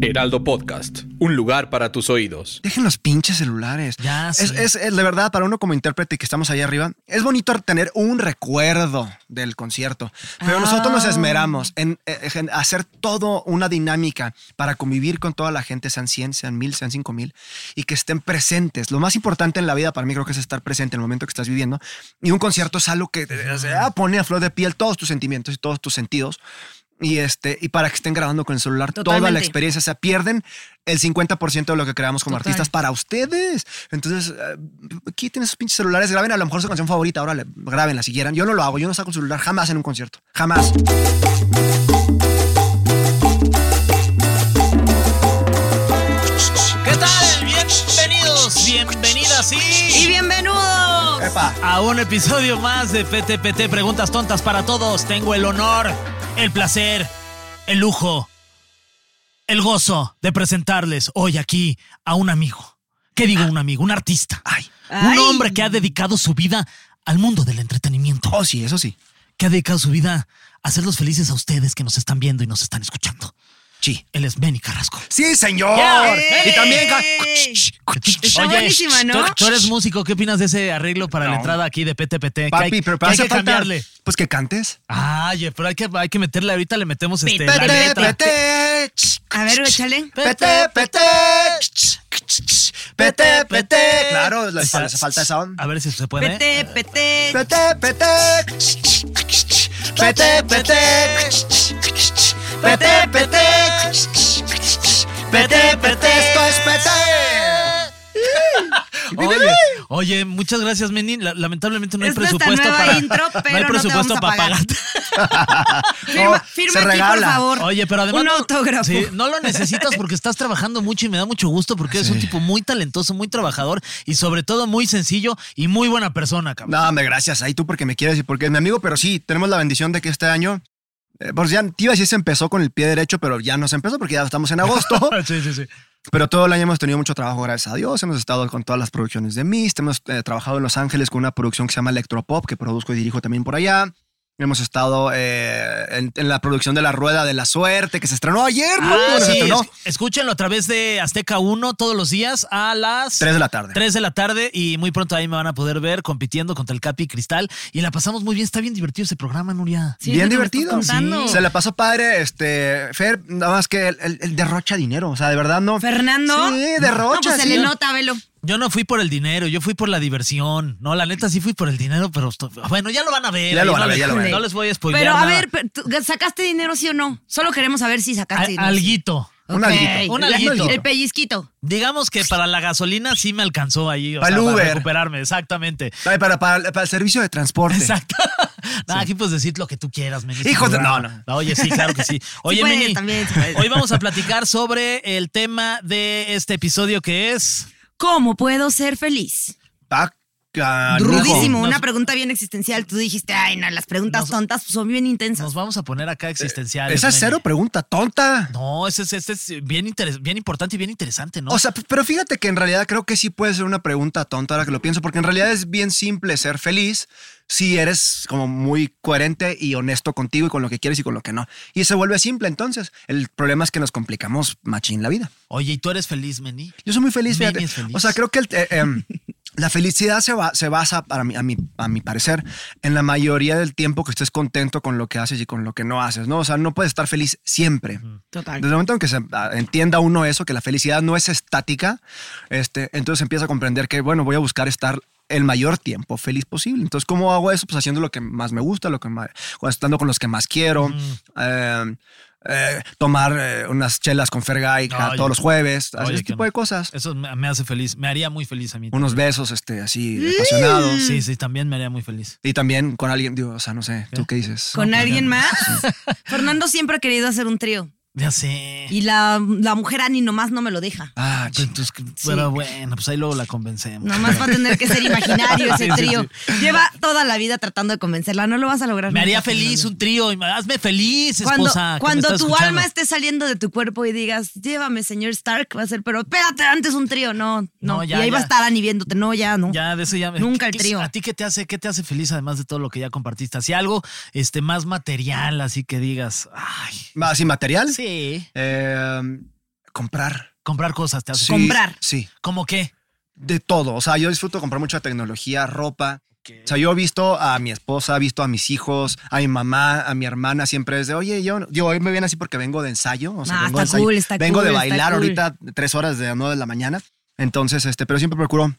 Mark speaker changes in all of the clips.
Speaker 1: Heraldo Podcast, un lugar para tus oídos.
Speaker 2: Dejen los pinches celulares.
Speaker 3: Ya,
Speaker 2: Es,
Speaker 3: sí.
Speaker 2: es- es de verdad, para uno como intérprete que estamos ahí arriba, es bonito tener un recuerdo del concierto. Pero
Speaker 3: Ah.
Speaker 2: nosotros nos esmeramos en, eh, en hacer todo una dinámica para convivir con toda la gente, sean 100, sean 1000, sean 5000, y que estén presentes. Lo más importante en la vida para mí creo que es estar presente en el momento que estás viviendo. Y un concierto es algo que eh, o sea, pone a flor de piel todos tus sentimientos y todos tus sentidos. Y, este, y para que estén grabando con el celular toda la
Speaker 3: Totalmente.
Speaker 2: experiencia. O sea, pierden el 50% de lo que creamos como
Speaker 3: Total.
Speaker 2: artistas para ustedes. Entonces, eh, quiten esos pinches celulares, graben a lo mejor su canción favorita, ahora grabenla si quieran. Yo no lo hago, yo no saco el celular jamás en un concierto. Jamás.
Speaker 4: ¿Qué tal? Bienvenidos, bienvenidas
Speaker 3: Y
Speaker 4: sí,
Speaker 3: bienvenidos
Speaker 2: Epa.
Speaker 4: a un episodio más de PTPT Preguntas Tontas para Todos. Tengo el honor, el placer, el lujo, el gozo de presentarles hoy aquí a un amigo. ¿Qué digo un amigo? Un artista.
Speaker 2: Ay.
Speaker 3: Ah. Ay.
Speaker 4: Un hombre que ha dedicado su vida al mundo del entretenimiento.
Speaker 2: Oh, sí, eso sí.
Speaker 4: Que ha dedicado su vida a hacerlos felices a ustedes que nos están viendo y nos están escuchando.
Speaker 2: Sí.
Speaker 4: Él es Benny Carrasco.
Speaker 2: Sí, señor.
Speaker 4: Yeah.
Speaker 2: Y también. ca-
Speaker 3: Hey. Está
Speaker 4: Oye,
Speaker 3: buenísima, ¿no?
Speaker 4: Tú, tú eres músico, ¿qué opinas de ese arreglo para la
Speaker 2: No.
Speaker 4: entrada aquí de PTPT? Que hay-
Speaker 2: Papi, pero
Speaker 4: que
Speaker 2: para
Speaker 4: hay
Speaker 2: hace
Speaker 4: que
Speaker 2: falta.
Speaker 4: cambiarle.
Speaker 2: Pues que cantes.
Speaker 4: Ay, pero hay que, hay que meterle ahorita, le metemos este, la
Speaker 2: Pete,
Speaker 4: letra.
Speaker 2: pete.
Speaker 3: A ver, échale.
Speaker 2: Pete, pete. Pete, pete. Claro, le hace falta esa onda.
Speaker 4: A ver si se puede.
Speaker 3: Pete, pete.
Speaker 2: Pete, pete. Pete, pete. Pete, pete. Pete, pete. Esto es pete.
Speaker 4: Oye, oye, muchas gracias, Meni. La- lamentablemente no hay
Speaker 3: Es nuestra
Speaker 4: presupuesto
Speaker 3: nueva
Speaker 4: para.
Speaker 3: intro, pero
Speaker 4: no hay
Speaker 3: no te
Speaker 4: presupuesto
Speaker 3: vamos a
Speaker 4: para
Speaker 3: pagar.
Speaker 4: pagarte.
Speaker 3: Firma,
Speaker 2: No,
Speaker 3: firma
Speaker 2: se
Speaker 3: aquí,
Speaker 2: regala.
Speaker 3: por favor.
Speaker 4: Oye, pero además.
Speaker 3: Oh, Un
Speaker 4: no-
Speaker 3: autógrafo.
Speaker 4: sí, no lo necesitas porque estás trabajando mucho y me da mucho gusto porque eres un tipo muy talentoso, muy trabajador y sobre todo muy sencillo y muy buena persona, cabrón.
Speaker 2: No, hombre, gracias. Ahí tú porque me quieres y porque es mi amigo, pero sí, tenemos la bendición de que este año. eh, Pues ya, te iba a decir, se empezó con el pie derecho, pero ya no se empezó porque ya estamos en agosto.
Speaker 4: Sí, sí, sí.
Speaker 2: Pero todo el año hemos tenido mucho trabajo, gracias a Dios. Hemos estado con todas las producciones de Mist. Hemos eh, trabajado en Los Ángeles con una producción que se llama Electropop, que produzco y dirijo también por allá. Hemos estado eh, en, en la producción de La Rueda de la Suerte, que se estrenó ayer. ¿no?
Speaker 4: Ah,
Speaker 2: Bueno, se
Speaker 4: sí,
Speaker 2: estrenó
Speaker 4: es- escúchenlo a través de Azteca 1 todos los días a las
Speaker 2: 3 de la tarde.
Speaker 4: 3 de la tarde y muy pronto ahí me van a poder ver compitiendo contra el Capi Cristal y la pasamos muy bien, está bien divertido ese programa, Nuria.
Speaker 3: Sí,
Speaker 2: Bien
Speaker 3: es lo que me
Speaker 2: divertido.
Speaker 3: estás contando.
Speaker 2: Se la pasó padre, este, Fer, nada más que él, él- él derrocha dinero. O sea, de verdad no.
Speaker 3: Fernando.
Speaker 2: Sí, derrocha.
Speaker 3: No, pues se
Speaker 2: sí.
Speaker 3: le nota, velo.
Speaker 4: Yo no fui por el dinero, yo fui por la diversión. No, la neta sí fui por el dinero, pero esto- bueno, ya lo van a ver.
Speaker 2: Ya
Speaker 4: ahí
Speaker 2: lo van
Speaker 4: no
Speaker 2: a ver,
Speaker 4: les-
Speaker 2: ya lo van a ver.
Speaker 4: No les voy a spoilear.
Speaker 3: Pero a
Speaker 4: nada.
Speaker 3: ver, pero tú- ¿sacaste dinero sí o no? Solo queremos saber si sacaste
Speaker 4: Al-
Speaker 3: dinero.
Speaker 4: alguito.
Speaker 3: Ok.
Speaker 2: Un alguito.
Speaker 4: Un alguito.
Speaker 3: El pellizquito.
Speaker 4: Digamos que para la gasolina sí me alcanzó ahí, o
Speaker 2: Para
Speaker 4: sea,
Speaker 2: el Uber.
Speaker 4: para recuperarme, exactamente.
Speaker 2: Ay, para, para- para el servicio de transporte.
Speaker 4: Exacto. No, Aquí puedes decir lo que tú quieras, Meni.
Speaker 2: Hijo de-
Speaker 4: Programa.
Speaker 2: no, no.
Speaker 4: Oye, sí, claro que sí. Oye,
Speaker 3: puedes,
Speaker 4: Meni,
Speaker 3: también, sí puedes.
Speaker 4: hoy vamos a platicar sobre el tema de este episodio que es.
Speaker 3: ¿Cómo puedo ser feliz?
Speaker 2: Ah, Paca-
Speaker 3: Rudísimo,
Speaker 4: Nos-
Speaker 3: una pregunta bien existencial. Tú dijiste, ay, no, las preguntas
Speaker 4: Nos-
Speaker 3: tontas pues, son bien intensas.
Speaker 4: Nos vamos a poner acá existenciales.
Speaker 2: Esa es
Speaker 4: Meni.
Speaker 2: cero pregunta, tonta.
Speaker 4: No, ese es, ese es bien, interes- bien importante y bien interesante, ¿no?
Speaker 2: O sea, p- pero fíjate que en realidad creo que sí puede ser una pregunta tonta ahora que lo pienso, porque en realidad es bien simple ser feliz si eres como muy coherente y honesto contigo y con lo que quieres y con lo que no. Y se vuelve simple entonces. El problema es que nos complicamos machín la vida.
Speaker 4: Oye, ¿y tú eres feliz, Meni?
Speaker 2: Yo soy muy feliz,
Speaker 4: Mini
Speaker 2: fíjate.
Speaker 4: es feliz.
Speaker 2: O sea, creo que el- eh, em, la felicidad se, ba- se basa, para mí, a, mi, a mi parecer, en la mayoría del tiempo que estés contento con lo que haces y con lo que no haces, ¿no? O sea, no puedes estar feliz siempre.
Speaker 3: Total.
Speaker 2: Desde el momento en que se ah, entienda uno eso, que la felicidad no es estática, este, entonces empieza a comprender que, bueno, voy a buscar estar el mayor tiempo feliz posible. Entonces, ¿cómo hago eso? Pues haciendo lo que más me gusta, lo que más, o estando con los que más quiero, eh, eh, tomar eh, unas chelas con Fergay cada-
Speaker 4: Ay.
Speaker 2: todos los jueves,
Speaker 4: Oye,
Speaker 2: hacer ese
Speaker 4: qué
Speaker 2: tipo
Speaker 4: no.
Speaker 2: de cosas.
Speaker 4: Eso me me hace feliz, me haría muy feliz a mí.
Speaker 2: Unos besos este, así apasionados.
Speaker 4: Mm. Sí, sí, también me haría muy feliz.
Speaker 2: Y también con alguien, digo, o sea, no sé, ¿tú qué dices?
Speaker 3: ¿Con
Speaker 2: No,
Speaker 3: alguien
Speaker 2: ya-
Speaker 3: más? Fernando siempre ha querido hacer un trío.
Speaker 4: Ya sé. pues,
Speaker 3: Y la, la mujer Ani nomás no me lo deja.
Speaker 2: Ah,
Speaker 4: Pero, entonces, pero bueno, pues ahí luego la convencemos.
Speaker 3: Nomás va a tener que ser imaginario ese
Speaker 4: Sí, sí,
Speaker 3: trío. Lleva toda la vida tratando de convencerla. No lo vas a lograr.
Speaker 4: Me haría
Speaker 3: nunca,
Speaker 4: feliz
Speaker 3: Fernando.
Speaker 4: un trío. y- Hazme feliz,
Speaker 3: Cuando,
Speaker 4: esposa. que me
Speaker 3: cuando tu
Speaker 4: estás escuchando.
Speaker 3: alma esté saliendo de tu cuerpo y digas, llévame, señor Stark, va a ser, pero espérate, antes un trío. No, no.
Speaker 4: No, ya,
Speaker 3: y ahí va a
Speaker 4: ya.
Speaker 3: estar Ani viéndote. No, ya, no.
Speaker 4: Ya, de eso ya me-
Speaker 3: Nunca el
Speaker 4: ¿Qué-
Speaker 3: trío.
Speaker 4: ¿A ti qué te hace, qué te hace feliz además de todo lo que ya compartiste? Así algo este, más material, así que digas, ay,
Speaker 2: ¿Así material?
Speaker 4: sí.
Speaker 2: Eh, comprar.
Speaker 4: Comprar cosas te hace.
Speaker 2: Sí,
Speaker 4: feliz.
Speaker 3: Comprar.
Speaker 2: Sí,
Speaker 4: ¿Cómo qué?
Speaker 2: de todo. O sea, yo disfruto comprar mucha tecnología, ropa. O sea, yo he visto a mi esposa, he visto a mis hijos, a mi mamá, a mi hermana, siempre es de, oye, yo, yo hoy me viene así porque vengo de ensayo. O sea,
Speaker 3: Ah,
Speaker 2: vengo de
Speaker 3: está
Speaker 2: ensayo.
Speaker 3: cool, está
Speaker 2: Vengo de
Speaker 3: cool, está
Speaker 2: bailar
Speaker 3: cool.
Speaker 2: ahorita tres horas de nueve de la mañana. Entonces, este, pero siempre procuro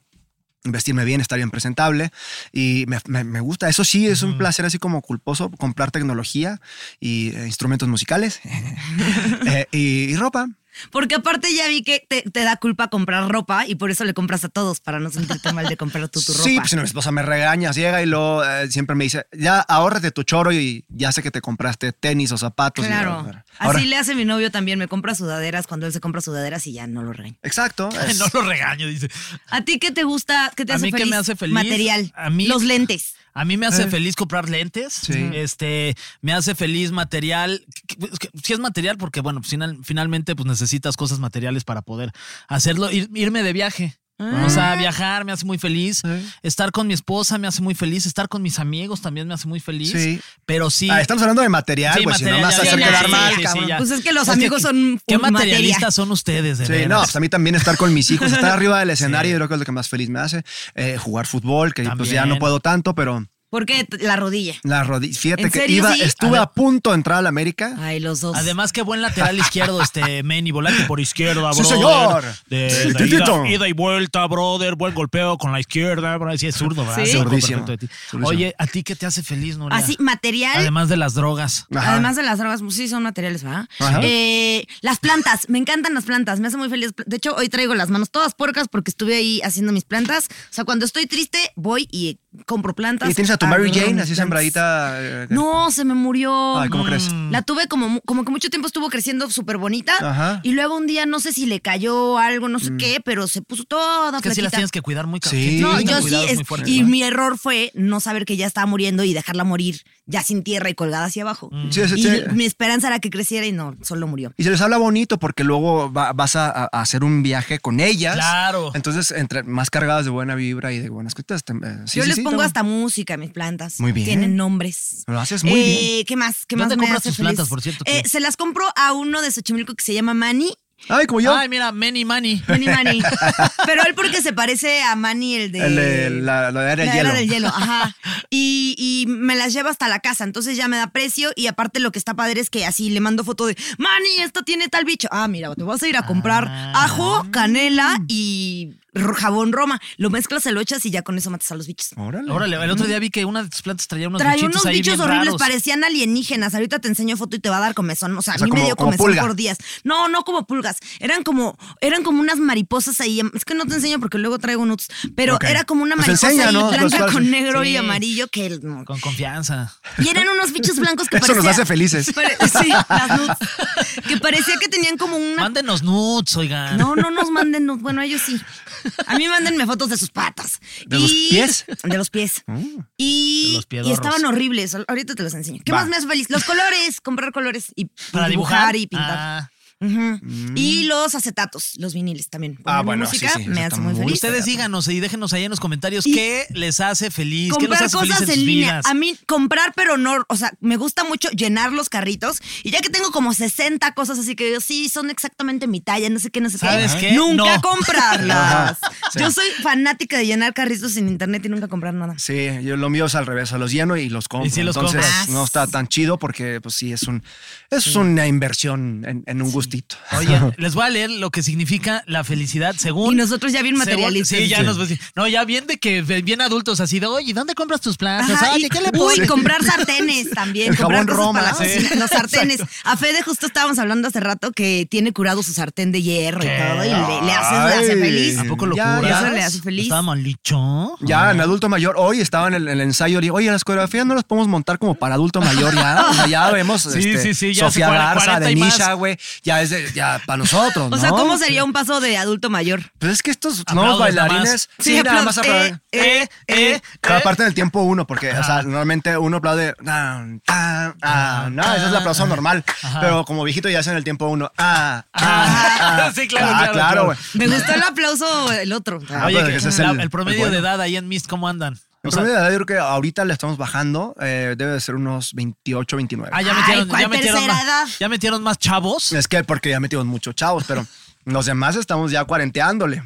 Speaker 2: vestirme bien, estar bien presentable y me, me- me gusta. Eso sí, es un placer así como culposo comprar tecnología y eh, instrumentos musicales Eh, y- y ropa.
Speaker 3: Porque aparte ya vi que te, te da culpa comprar ropa y por eso le compras a todos para no sentirte mal de comprar tú tu ropa.
Speaker 2: Sí, pues si no, mi esposa me regaña, llega y luego eh, siempre me dice, ya ahórrate tu choro y ya sé que te compraste tenis o zapatos. Y
Speaker 3: Claro.
Speaker 2: ahora- ahora-
Speaker 3: Así le hace mi novio también. Me compra sudaderas cuando él se compra sudaderas y ya no lo regaño.
Speaker 2: Exacto. es-
Speaker 4: No lo regaño, dice.
Speaker 2: Ah.
Speaker 3: ¿A ti qué te gusta? ¿Qué te
Speaker 4: ¿A
Speaker 3: hace
Speaker 4: mí qué
Speaker 3: feliz?
Speaker 4: me hace feliz?
Speaker 3: Material.
Speaker 4: A mí-
Speaker 3: Los lentes.
Speaker 4: A mí me hace
Speaker 2: Eh.
Speaker 4: feliz comprar lentes.
Speaker 2: Sí.
Speaker 4: Este, me hace feliz material. Si es material, porque bueno, pues, final- finalmente pues necesitas cosas materiales para poder hacerlo. Ir- irme de viaje.
Speaker 3: Ah.
Speaker 4: O sea, viajar me hace muy feliz. Estar con mi esposa me hace muy feliz. Estar con mis amigos también me hace muy feliz.
Speaker 2: Sí.
Speaker 4: Pero sí.
Speaker 2: Ah, estamos hablando de material,
Speaker 4: Sí,
Speaker 2: pues si no
Speaker 4: material,
Speaker 2: me vas a
Speaker 4: ya,
Speaker 2: hacer
Speaker 4: ya,
Speaker 2: quedar
Speaker 4: sí,
Speaker 2: mal,
Speaker 4: sí, sí,
Speaker 2: cabrón.
Speaker 4: ya.
Speaker 3: Pues es que los
Speaker 4: O sea,
Speaker 3: amigos son
Speaker 4: Qué
Speaker 3: un-
Speaker 4: materialistas
Speaker 3: materia.
Speaker 4: son ustedes, de
Speaker 2: Sí,
Speaker 4: veras.
Speaker 2: no, pues a mí también estar con mis hijos, estar arriba del escenario, yo creo que es lo que más feliz me hace. Eh, jugar fútbol, que pues ya
Speaker 4: También.
Speaker 2: no puedo tanto, pero
Speaker 3: Porque la rodilla.
Speaker 2: la rodilla. Fíjate
Speaker 3: ¿En
Speaker 2: que
Speaker 3: serio,
Speaker 2: iba,
Speaker 3: sí?
Speaker 2: estuve
Speaker 4: A
Speaker 2: a,
Speaker 4: ver.
Speaker 2: punto de entrar a la América.
Speaker 3: Ay, los dos.
Speaker 4: Además, qué buen lateral izquierdo este Manny, volante por izquierda,
Speaker 2: Sí,
Speaker 4: brother.
Speaker 2: señor.
Speaker 4: De,
Speaker 2: Sí,
Speaker 4: de
Speaker 2: titito.
Speaker 4: ida, ida y vuelta, brother. Buen golpeo con la izquierda. Bueno, sí es zurdo, ¿verdad?
Speaker 3: Sí.
Speaker 4: Se acuerda
Speaker 2: Zurdísimo,
Speaker 4: perfecto de ti.
Speaker 2: zurdísimo.
Speaker 4: Oye, ¿a ti qué te hace feliz, Nuria?
Speaker 3: Así, Ah, material.
Speaker 4: Además de las drogas.
Speaker 2: Ajá.
Speaker 3: Además de las drogas, pues sí son materiales, ¿verdad?
Speaker 2: Ajá.
Speaker 3: Eh, las plantas, me encantan las plantas, me hace muy feliz. De hecho, hoy traigo las manos todas puercas porque estuve ahí haciendo mis plantas. O sea, cuando estoy triste, voy y compro plantas.
Speaker 2: y tienes a tu Mary
Speaker 3: agarro
Speaker 2: Jane
Speaker 3: mis
Speaker 2: así
Speaker 3: plantas.
Speaker 2: sembradita. eh,
Speaker 3: No, se me murió.
Speaker 2: Ay, ¿cómo
Speaker 3: Mm.
Speaker 2: crees?
Speaker 3: La tuve como, mu- como que mucho tiempo estuvo creciendo súper bonita.
Speaker 2: Ajá. Mm.
Speaker 3: Y luego un día, no sé si le cayó algo, no sé qué, pero se puso toda
Speaker 4: Es que sí las
Speaker 3: flaquita.
Speaker 4: tienes que cuidar muy ca-
Speaker 2: Sí.
Speaker 4: tienes que
Speaker 3: No,
Speaker 4: tener
Speaker 3: yo sí.
Speaker 4: cuidados
Speaker 3: es-
Speaker 4: muy fuertes,
Speaker 3: y
Speaker 4: ¿no?
Speaker 3: mi error fue no saber que ya estaba muriendo y dejarla morir ya sin tierra y colgada hacia abajo.
Speaker 4: Mm.
Speaker 2: Sí, sí,
Speaker 3: Y
Speaker 2: sí.
Speaker 3: mi esperanza era que creciera y no, solo murió.
Speaker 2: Y se les habla bonito porque luego va- vas a, a- a hacer un viaje con ellas.
Speaker 4: Claro.
Speaker 2: Entonces, entre más cargadas de buena vibra y de buenas cosas. te- eh, sí,
Speaker 3: Yo
Speaker 2: sí,
Speaker 3: les
Speaker 2: sí,
Speaker 3: pongo
Speaker 2: no.
Speaker 3: hasta música a mis plantas.
Speaker 2: Muy bien.
Speaker 3: Tienen nombres. Eh,
Speaker 2: Lo haces muy bien.
Speaker 3: ¿Qué más? ¿Qué
Speaker 4: ¿Dónde
Speaker 3: más me
Speaker 4: compras
Speaker 3: hace
Speaker 4: tus
Speaker 3: feliz?
Speaker 4: plantas, por cierto?
Speaker 3: Eh, se las compro a uno de Xochimilco que se llama Manny.
Speaker 2: Ay, como yo.
Speaker 4: Ay, mira, Manny, Manny.
Speaker 3: Manny Manny. Pero él porque se parece a Manny el de...
Speaker 2: El de la, la de área
Speaker 3: La
Speaker 2: del
Speaker 3: era
Speaker 2: hielo.
Speaker 3: del hielo, ajá. Y, y me las lleva hasta la casa, entonces ya me da precio y aparte lo que está padre es que así le mando foto de, Manny, esto tiene tal bicho. Ah, mira, te vas a ir a comprar
Speaker 4: Ah.
Speaker 3: ajo, canela y ro- jabón roma. Lo mezclas, se lo echas y ya con eso matas a los bichos.
Speaker 2: Órale.
Speaker 4: Órale, el otro día vi que una de tus plantas traía unos
Speaker 3: Trae
Speaker 4: bichitos
Speaker 3: Mm. unos
Speaker 4: ahí
Speaker 3: bichos
Speaker 4: bien
Speaker 3: horribles,
Speaker 4: raros.
Speaker 3: parecían alienígenas. Ahorita te enseño foto y te va a dar comezón. O sea, a
Speaker 2: O sea,
Speaker 3: mí
Speaker 2: como-
Speaker 3: me dio
Speaker 2: como
Speaker 3: comezón
Speaker 2: pulga.
Speaker 3: por días. No, no como pulgas. Eran como, eran como unas mariposas ahí. Es que no te enseño porque luego traigo nuts. Pero
Speaker 2: Ok.
Speaker 3: era como una
Speaker 2: Pues
Speaker 3: mariposa
Speaker 2: enseña,
Speaker 3: ahí
Speaker 2: ¿no? Los
Speaker 3: blanca
Speaker 2: cuales-
Speaker 3: con negro y
Speaker 4: Sí.
Speaker 3: amarillo que no.
Speaker 4: Con confianza.
Speaker 3: Y eran unos bichos blancos que
Speaker 2: Eso nos
Speaker 3: parecía-
Speaker 2: hace felices.
Speaker 3: Pare- Sí, las nuts. Que parecía que tenían como una.
Speaker 4: Mándenos nudes, oigan.
Speaker 3: No, no nos manden nuts. Bueno, ellos sí. A mí mándenme fotos de sus patas.
Speaker 2: ¿De los
Speaker 3: Y-
Speaker 2: pies? Ah,
Speaker 3: De los pies. Y,
Speaker 4: De los piedorros.
Speaker 3: y estaban horribles. Ahorita te los enseño. ¿Qué
Speaker 2: Va.
Speaker 3: más me hace feliz? Los colores, comprar colores y
Speaker 4: Para dibujar.
Speaker 3: dibujar y pintar.
Speaker 4: Ah.
Speaker 3: Ujú. Y los acetatos, los viniles también.
Speaker 2: Ah,
Speaker 3: Ponerle
Speaker 2: bueno,
Speaker 3: música
Speaker 2: sí, sí,
Speaker 3: me
Speaker 2: eso
Speaker 3: hace
Speaker 2: está
Speaker 3: muy
Speaker 2: muy
Speaker 3: feliz.
Speaker 2: padre.
Speaker 4: Ustedes díganos y déjenos ahí en los comentarios
Speaker 3: Y-
Speaker 4: qué les hace feliz. ¿Qué los
Speaker 3: comprar
Speaker 4: hace
Speaker 3: cosas
Speaker 4: feliz en,
Speaker 3: en
Speaker 4: sus
Speaker 3: línea.
Speaker 4: vidas?
Speaker 3: A mí comprar, pero no, o sea, me gusta mucho llenar los carritos. Y ya que tengo como 60 cosas así que yo, sí, son exactamente mi talla, no sé qué, no sé
Speaker 4: ¿Sabes
Speaker 3: qué.
Speaker 4: qué?
Speaker 3: Nunca
Speaker 4: No.
Speaker 3: comprarlas.
Speaker 2: sí.
Speaker 3: Yo soy fanática de llenar carritos en internet y nunca comprar nada.
Speaker 2: Sí, yo lo mío es al revés, a los lleno y los compro.
Speaker 4: Y sí los
Speaker 2: Entonces
Speaker 4: compras.
Speaker 2: no está tan chido porque pues sí es un es una inversión en, en un gusto gustito.
Speaker 4: Oye, les voy a leer lo que significa la felicidad según.
Speaker 3: Y nosotros ya bien
Speaker 4: según-
Speaker 3: materialistas.
Speaker 4: Sí, ya
Speaker 3: Sí.
Speaker 4: nos. No, ya bien de que bien adultos así de, oye, ¿dónde compras tus plantas?
Speaker 3: Ajá,
Speaker 4: Oye,
Speaker 3: y-
Speaker 4: ¿qué le
Speaker 3: uy,
Speaker 4: pones?
Speaker 3: comprar sartenes también.
Speaker 2: El
Speaker 3: comprar
Speaker 2: jabón
Speaker 3: cosas
Speaker 2: Roma,
Speaker 3: para la
Speaker 2: sí.
Speaker 3: cocina, Los sartenes. A Fede justo estábamos hablando hace rato que tiene curado su sartén de hierro y todo. Y le, le hace, le hace
Speaker 2: Ay.
Speaker 3: feliz.
Speaker 4: ¿A poco lo
Speaker 2: Ya,
Speaker 4: curas?
Speaker 3: ya se le hace feliz.
Speaker 4: Estaba malicho.
Speaker 2: Ya en adulto mayor, hoy estaba en el, en el ensayo, le digo, oye, las coreografías no las podemos montar como para adulto mayor, ya. O sea, ya vemos.
Speaker 4: Sí,
Speaker 2: este,
Speaker 4: sí, sí, ya hace
Speaker 2: Sofía
Speaker 4: cuare-
Speaker 2: Garza,
Speaker 4: 40 y
Speaker 2: Denisha,
Speaker 4: más.
Speaker 2: güey. Ya es de- ya para nosotros,
Speaker 3: O sea,
Speaker 2: ¿no?
Speaker 3: ¿cómo sería un paso de adulto mayor?
Speaker 2: Pues es que estos
Speaker 4: Aplausos,
Speaker 2: nuevos bailarines.
Speaker 4: nada
Speaker 3: más.
Speaker 2: Sí,
Speaker 3: Sí,
Speaker 2: nada más
Speaker 3: aplausos.
Speaker 2: aplauden.
Speaker 4: Eh, eh,
Speaker 2: Cada
Speaker 4: eh.
Speaker 2: parte del tiempo uno, porque, o sea, normalmente uno aplaude. Ah, ah, ah, no, ese es el aplauso normal. Pero como viejito ya hacen el tiempo uno. Ah, ah,
Speaker 4: Ajá.
Speaker 2: ah.
Speaker 4: Sí, claro,
Speaker 2: Ah,
Speaker 4: claro, claro.
Speaker 2: claro, güey.
Speaker 3: Me gustó el aplauso el otro.
Speaker 2: Ah,
Speaker 4: Oye,
Speaker 2: pero
Speaker 4: que-
Speaker 2: ese es
Speaker 4: la- el,
Speaker 2: el-
Speaker 4: promedio
Speaker 2: el bueno.
Speaker 4: de edad ahí en Mist, ¿cómo andan?
Speaker 2: En
Speaker 4: O sea,
Speaker 2: promedio de edad, yo creo que ahorita le estamos bajando. eh, debe de ser unos 28, 29.
Speaker 4: ah, ya
Speaker 3: Ay,
Speaker 4: metieron,
Speaker 3: ¿cuál
Speaker 4: ya metieron
Speaker 3: tercera edad?
Speaker 4: más, ya metieron más chavos.
Speaker 2: Es que porque ya metimos muchos chavos, pero los demás estamos ya cuarenteándole.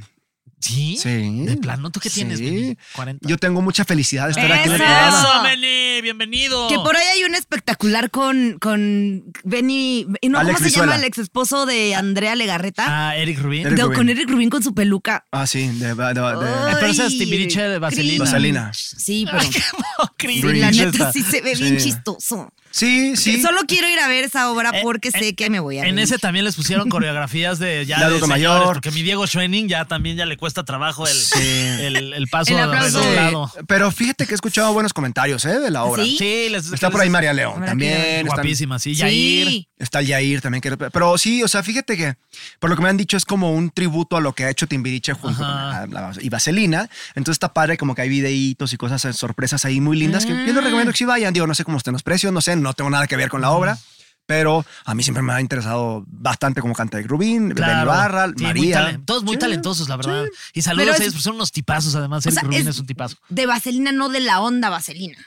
Speaker 4: Sí.
Speaker 2: Sí.
Speaker 4: De plano, ¿tú qué tienes?
Speaker 2: Sí.
Speaker 4: Benny? 40.
Speaker 2: Yo tengo mucha felicidad de estar aquí en el
Speaker 3: Eso.
Speaker 2: programa.
Speaker 4: Eso, Meli, bienvenido.
Speaker 3: Que por ahí hay un espectacular con, con Benny. ¿no? ¿Cómo
Speaker 2: Alex
Speaker 3: se llama
Speaker 2: Brizuela.
Speaker 3: el ex esposo de Andrea Legarreta?
Speaker 4: Ah, Eric Rubin. Eh,
Speaker 2: Eric
Speaker 3: De-
Speaker 2: Rubin.
Speaker 3: con Eric Rubin con su peluca.
Speaker 2: Ah, sí, de, de- de-
Speaker 3: Ay,
Speaker 4: pero esa es Timbiriche de
Speaker 3: cringe.
Speaker 4: vaselina.
Speaker 2: Vaselina.
Speaker 3: Sí, pero
Speaker 4: Cringe
Speaker 3: sí, la neta
Speaker 4: esta.
Speaker 3: sí se ve bien
Speaker 2: Sí.
Speaker 3: chistoso.
Speaker 2: Sí, sí.
Speaker 3: Solo quiero ir a ver esa obra
Speaker 4: Eh,
Speaker 3: porque sé
Speaker 4: en-
Speaker 3: que me voy a
Speaker 4: En
Speaker 3: reír.
Speaker 4: ese también les pusieron coreografías de ya
Speaker 2: De adulto
Speaker 4: señores,
Speaker 2: mayor.
Speaker 4: Porque mi Diego Schwenning ya también ya le cuesta trabajo el,
Speaker 2: Sí.
Speaker 4: el, el paso
Speaker 3: El
Speaker 2: Sí,
Speaker 3: aplauso.
Speaker 4: redoblado.
Speaker 2: Este, Pero fíjate que he escuchado buenos comentarios ¿eh? de la obra.
Speaker 3: ¿Sí?
Speaker 4: les-
Speaker 2: Está por ahí María León
Speaker 3: Habrá
Speaker 2: también.
Speaker 3: que
Speaker 2: están-
Speaker 4: Guapísima, sí. Yair.
Speaker 3: Sí.
Speaker 2: Está el Yair también. que- pero sí, o sea, fíjate que por lo que me han dicho es como un tributo a lo que ha hecho Timbiriche junto
Speaker 4: Ajá.
Speaker 2: con la- la- y Vaselina. Entonces está padre como que hay videitos y cosas, eh, sorpresas ahí muy lindas que yo les recomiendo
Speaker 4: Mm.
Speaker 2: que sí vayan. Digo, no sé cómo estén los precios, no sé, no tengo nada que ver con la obra. Pero a mí siempre me ha interesado bastante como canta Eric Rubin, Benny
Speaker 4: Claro.
Speaker 2: Barra,
Speaker 4: Sí, muy
Speaker 2: María.
Speaker 4: talen- todos muy
Speaker 2: Sí.
Speaker 4: talentosos, la verdad. Y saludos
Speaker 3: Pero
Speaker 4: a
Speaker 3: es-
Speaker 4: ellos, porque son unos tipazos, además.
Speaker 3: O
Speaker 4: Eric
Speaker 3: sea,
Speaker 4: Rubin
Speaker 3: es-
Speaker 4: es un tipazo.
Speaker 3: De vaselina, no de la onda vaselina.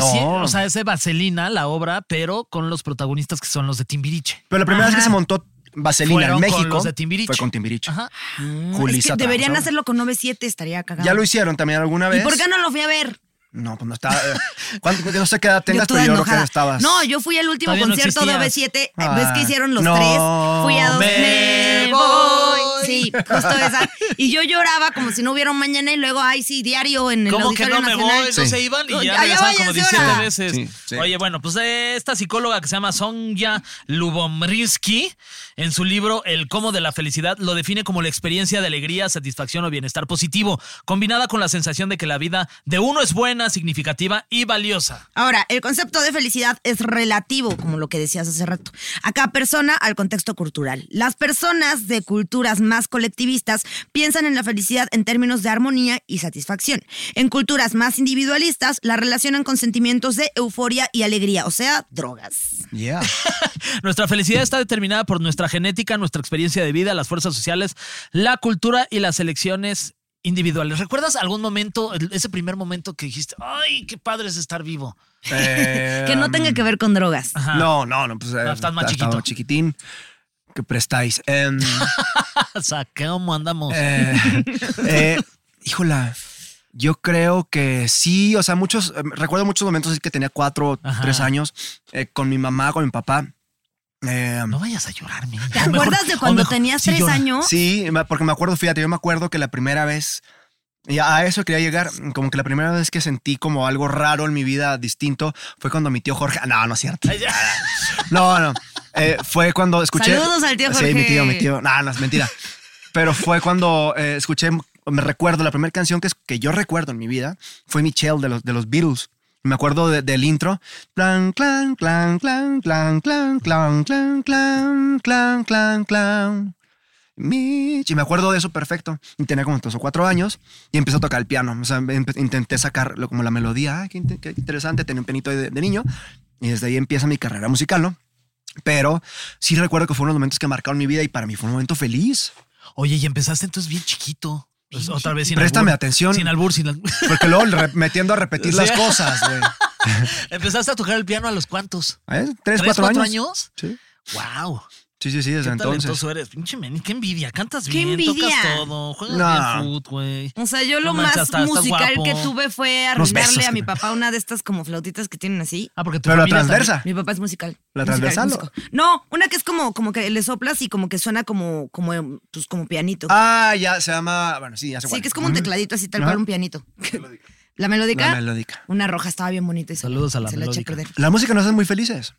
Speaker 2: No.
Speaker 4: sí, o sea, es de Vaselina, la obra, pero con los protagonistas que son los de Timbiriche.
Speaker 2: Pero la primera vez que
Speaker 3: Ajá.
Speaker 2: se montó Vaselina
Speaker 4: Fueron
Speaker 2: en
Speaker 4: con
Speaker 2: México
Speaker 4: los de Timbiriche.
Speaker 2: fue con Timbiriche.
Speaker 4: Ajá.
Speaker 2: Julissa
Speaker 3: es que
Speaker 2: Tramos,
Speaker 3: deberían
Speaker 2: ¿no?
Speaker 3: hacerlo con 9-7, estaría cagado.
Speaker 2: Ya lo hicieron también alguna
Speaker 3: ¿Y
Speaker 2: vez.
Speaker 3: por qué no lo fui a ver?
Speaker 2: No, pues no estaba. eh, ¿cuánto- no sé qué edad tengas, pero yo creo que estabas.
Speaker 3: No, yo fui al último
Speaker 4: Todavía no
Speaker 3: concierto de
Speaker 4: existías.
Speaker 3: OV7. eh,
Speaker 2: Ah,
Speaker 3: ¿Ves que hicieron los
Speaker 2: no,
Speaker 3: tres? Fui a dos.
Speaker 4: me voy.
Speaker 3: Sí, justo esa. Y yo lloraba como si no hubiera un mañana y luego, ay, sí, diario en el
Speaker 4: ¿Cómo que
Speaker 3: Auditorio
Speaker 4: no me
Speaker 3: Nacional.
Speaker 4: voy? No se iban y
Speaker 3: No,
Speaker 4: ya
Speaker 3: ya
Speaker 4: regresaban como
Speaker 3: váyanse
Speaker 4: 17
Speaker 3: ahora.
Speaker 4: veces.
Speaker 2: Sí, sí.
Speaker 4: Oye, bueno, pues eh, esta psicóloga que se llama Sonja Lubomrinsky, en su libro El cómo de la felicidad, lo define como la experiencia de alegría, satisfacción o bienestar positivo, combinada con la sensación de que la vida de uno es buena, significativa y valiosa.
Speaker 3: Ahora, el concepto de felicidad es relativo, como lo que decías hace rato, a cada persona al contexto cultural. Las personas de culturas más colectivistas piensan en la felicidad en términos de armonía y satisfacción. En culturas más individualistas la relacionan con sentimientos de euforia y alegría, o sea, drogas.
Speaker 2: Yeah.
Speaker 4: Nuestra felicidad está determinada por nuestra genética, nuestra experiencia de vida, las fuerzas sociales, la cultura y las elecciones individuales. ¿Recuerdas algún momento, el- ese primer momento que dijiste, ay, qué padre es estar vivo?
Speaker 2: Eh,
Speaker 3: Que
Speaker 4: Em,
Speaker 3: no tenga que ver con drogas.
Speaker 4: Ajá.
Speaker 2: No, no, no, pues. eh,
Speaker 4: No, estás más
Speaker 2: estaba
Speaker 4: chiquito.
Speaker 2: chiquitín. ¿Qué prestáis? Em,
Speaker 4: O sea, ¿cómo andamos?
Speaker 2: eh, eh, híjola. Yo creo que sí, o sea, muchos, eh, recuerdo muchos momentos así que tenía cuatro,
Speaker 4: Ajá.
Speaker 2: tres años, eh, con mi mamá, con mi papá. Eh,
Speaker 4: No vayas a llorar, mi niña.
Speaker 3: ¿Te
Speaker 4: O mejor-
Speaker 3: acuerdas de
Speaker 4: o
Speaker 3: cuando
Speaker 4: mejor-
Speaker 3: tenías
Speaker 4: sí,
Speaker 3: tres
Speaker 4: llora.
Speaker 3: años?
Speaker 2: Sí, me- porque me acuerdo, fíjate, yo me acuerdo que la primera vez, y a eso quería llegar, como que la primera vez que sentí como algo raro en mi vida distinto fue cuando mi tío Jorge, ah, no, no es cierto.
Speaker 4: Ay, ya.
Speaker 2: No, no. Eh, fue cuando escuché.
Speaker 3: Saludos al tío Jorge.
Speaker 2: Sí, mi tío, mi tío. No, no, es mentira. Pero fue cuando eh, escuché, me recuerdo, la primera canción que, es- que yo recuerdo en mi vida fue Michelle de los, de los Beatles. Me acuerdo de- del intro. Clan, clan, clan, clan, clan, clan, clan, clan, clan, clan, clan, clan. Mitch. Y me acuerdo de eso perfecto. Y tenía como tres o cuatro años y empecé a tocar el piano. O sea, em, empe- intenté sacar lo- como la melodía. Ah, qué, inte- qué interesante. Tenía un penito de, de niño. Y desde ahí empieza mi carrera musical, ¿no? Pero sí recuerdo que fueron los momentos que marcaron mi vida y para mí fue un momento feliz.
Speaker 4: Oye, y empezaste entonces bien chiquito. Pues, otra vez sin
Speaker 2: Préstame
Speaker 4: albur.
Speaker 2: atención.
Speaker 4: Sin albur, sin albur.
Speaker 2: Porque luego le re- me tiendo a repetir
Speaker 4: Sí.
Speaker 2: las cosas, güey.
Speaker 4: Empezaste a tocar el piano a los cuantos.
Speaker 2: ¿Eh? ¿Tres, cuatro años? Sí.
Speaker 4: Wow.
Speaker 2: Sí, sí, sí,
Speaker 4: Qué
Speaker 2: desde entonces.
Speaker 4: talentoso eres, pinche Manny, qué envidia, cantas
Speaker 3: Qué
Speaker 4: bien,
Speaker 3: envidia.
Speaker 4: tocas todo, juegas
Speaker 2: No.
Speaker 4: bien fut, güey.
Speaker 3: O sea, yo
Speaker 4: No
Speaker 3: lo
Speaker 4: manches,
Speaker 3: más
Speaker 4: hasta- estás
Speaker 3: musical
Speaker 4: guapo.
Speaker 3: que tuve fue
Speaker 2: Unos
Speaker 3: arreglarle
Speaker 2: besos.
Speaker 3: a mi papá una de estas como flautitas que tienen así.
Speaker 4: Ah, porque tu
Speaker 2: Pero la
Speaker 4: familia también-
Speaker 2: transversa.
Speaker 3: Mi papá es musical.
Speaker 2: ¿La
Speaker 3: Musical,
Speaker 2: transversal o-
Speaker 3: músico. No, una que es como, como que le soplas y como que suena como, como, pues, como pianito.
Speaker 2: Ah, ya se llama. Bueno, sí, ya se
Speaker 3: sí, que es como un tecladito así, tal
Speaker 2: Ajá.
Speaker 3: cual un pianito. ¿La melódica?
Speaker 2: La melódica.
Speaker 3: Una roja, estaba bien bonita. y se-
Speaker 4: Saludos a la
Speaker 3: se eché
Speaker 4: melódica.
Speaker 3: perder.
Speaker 2: La música nos hace muy felices.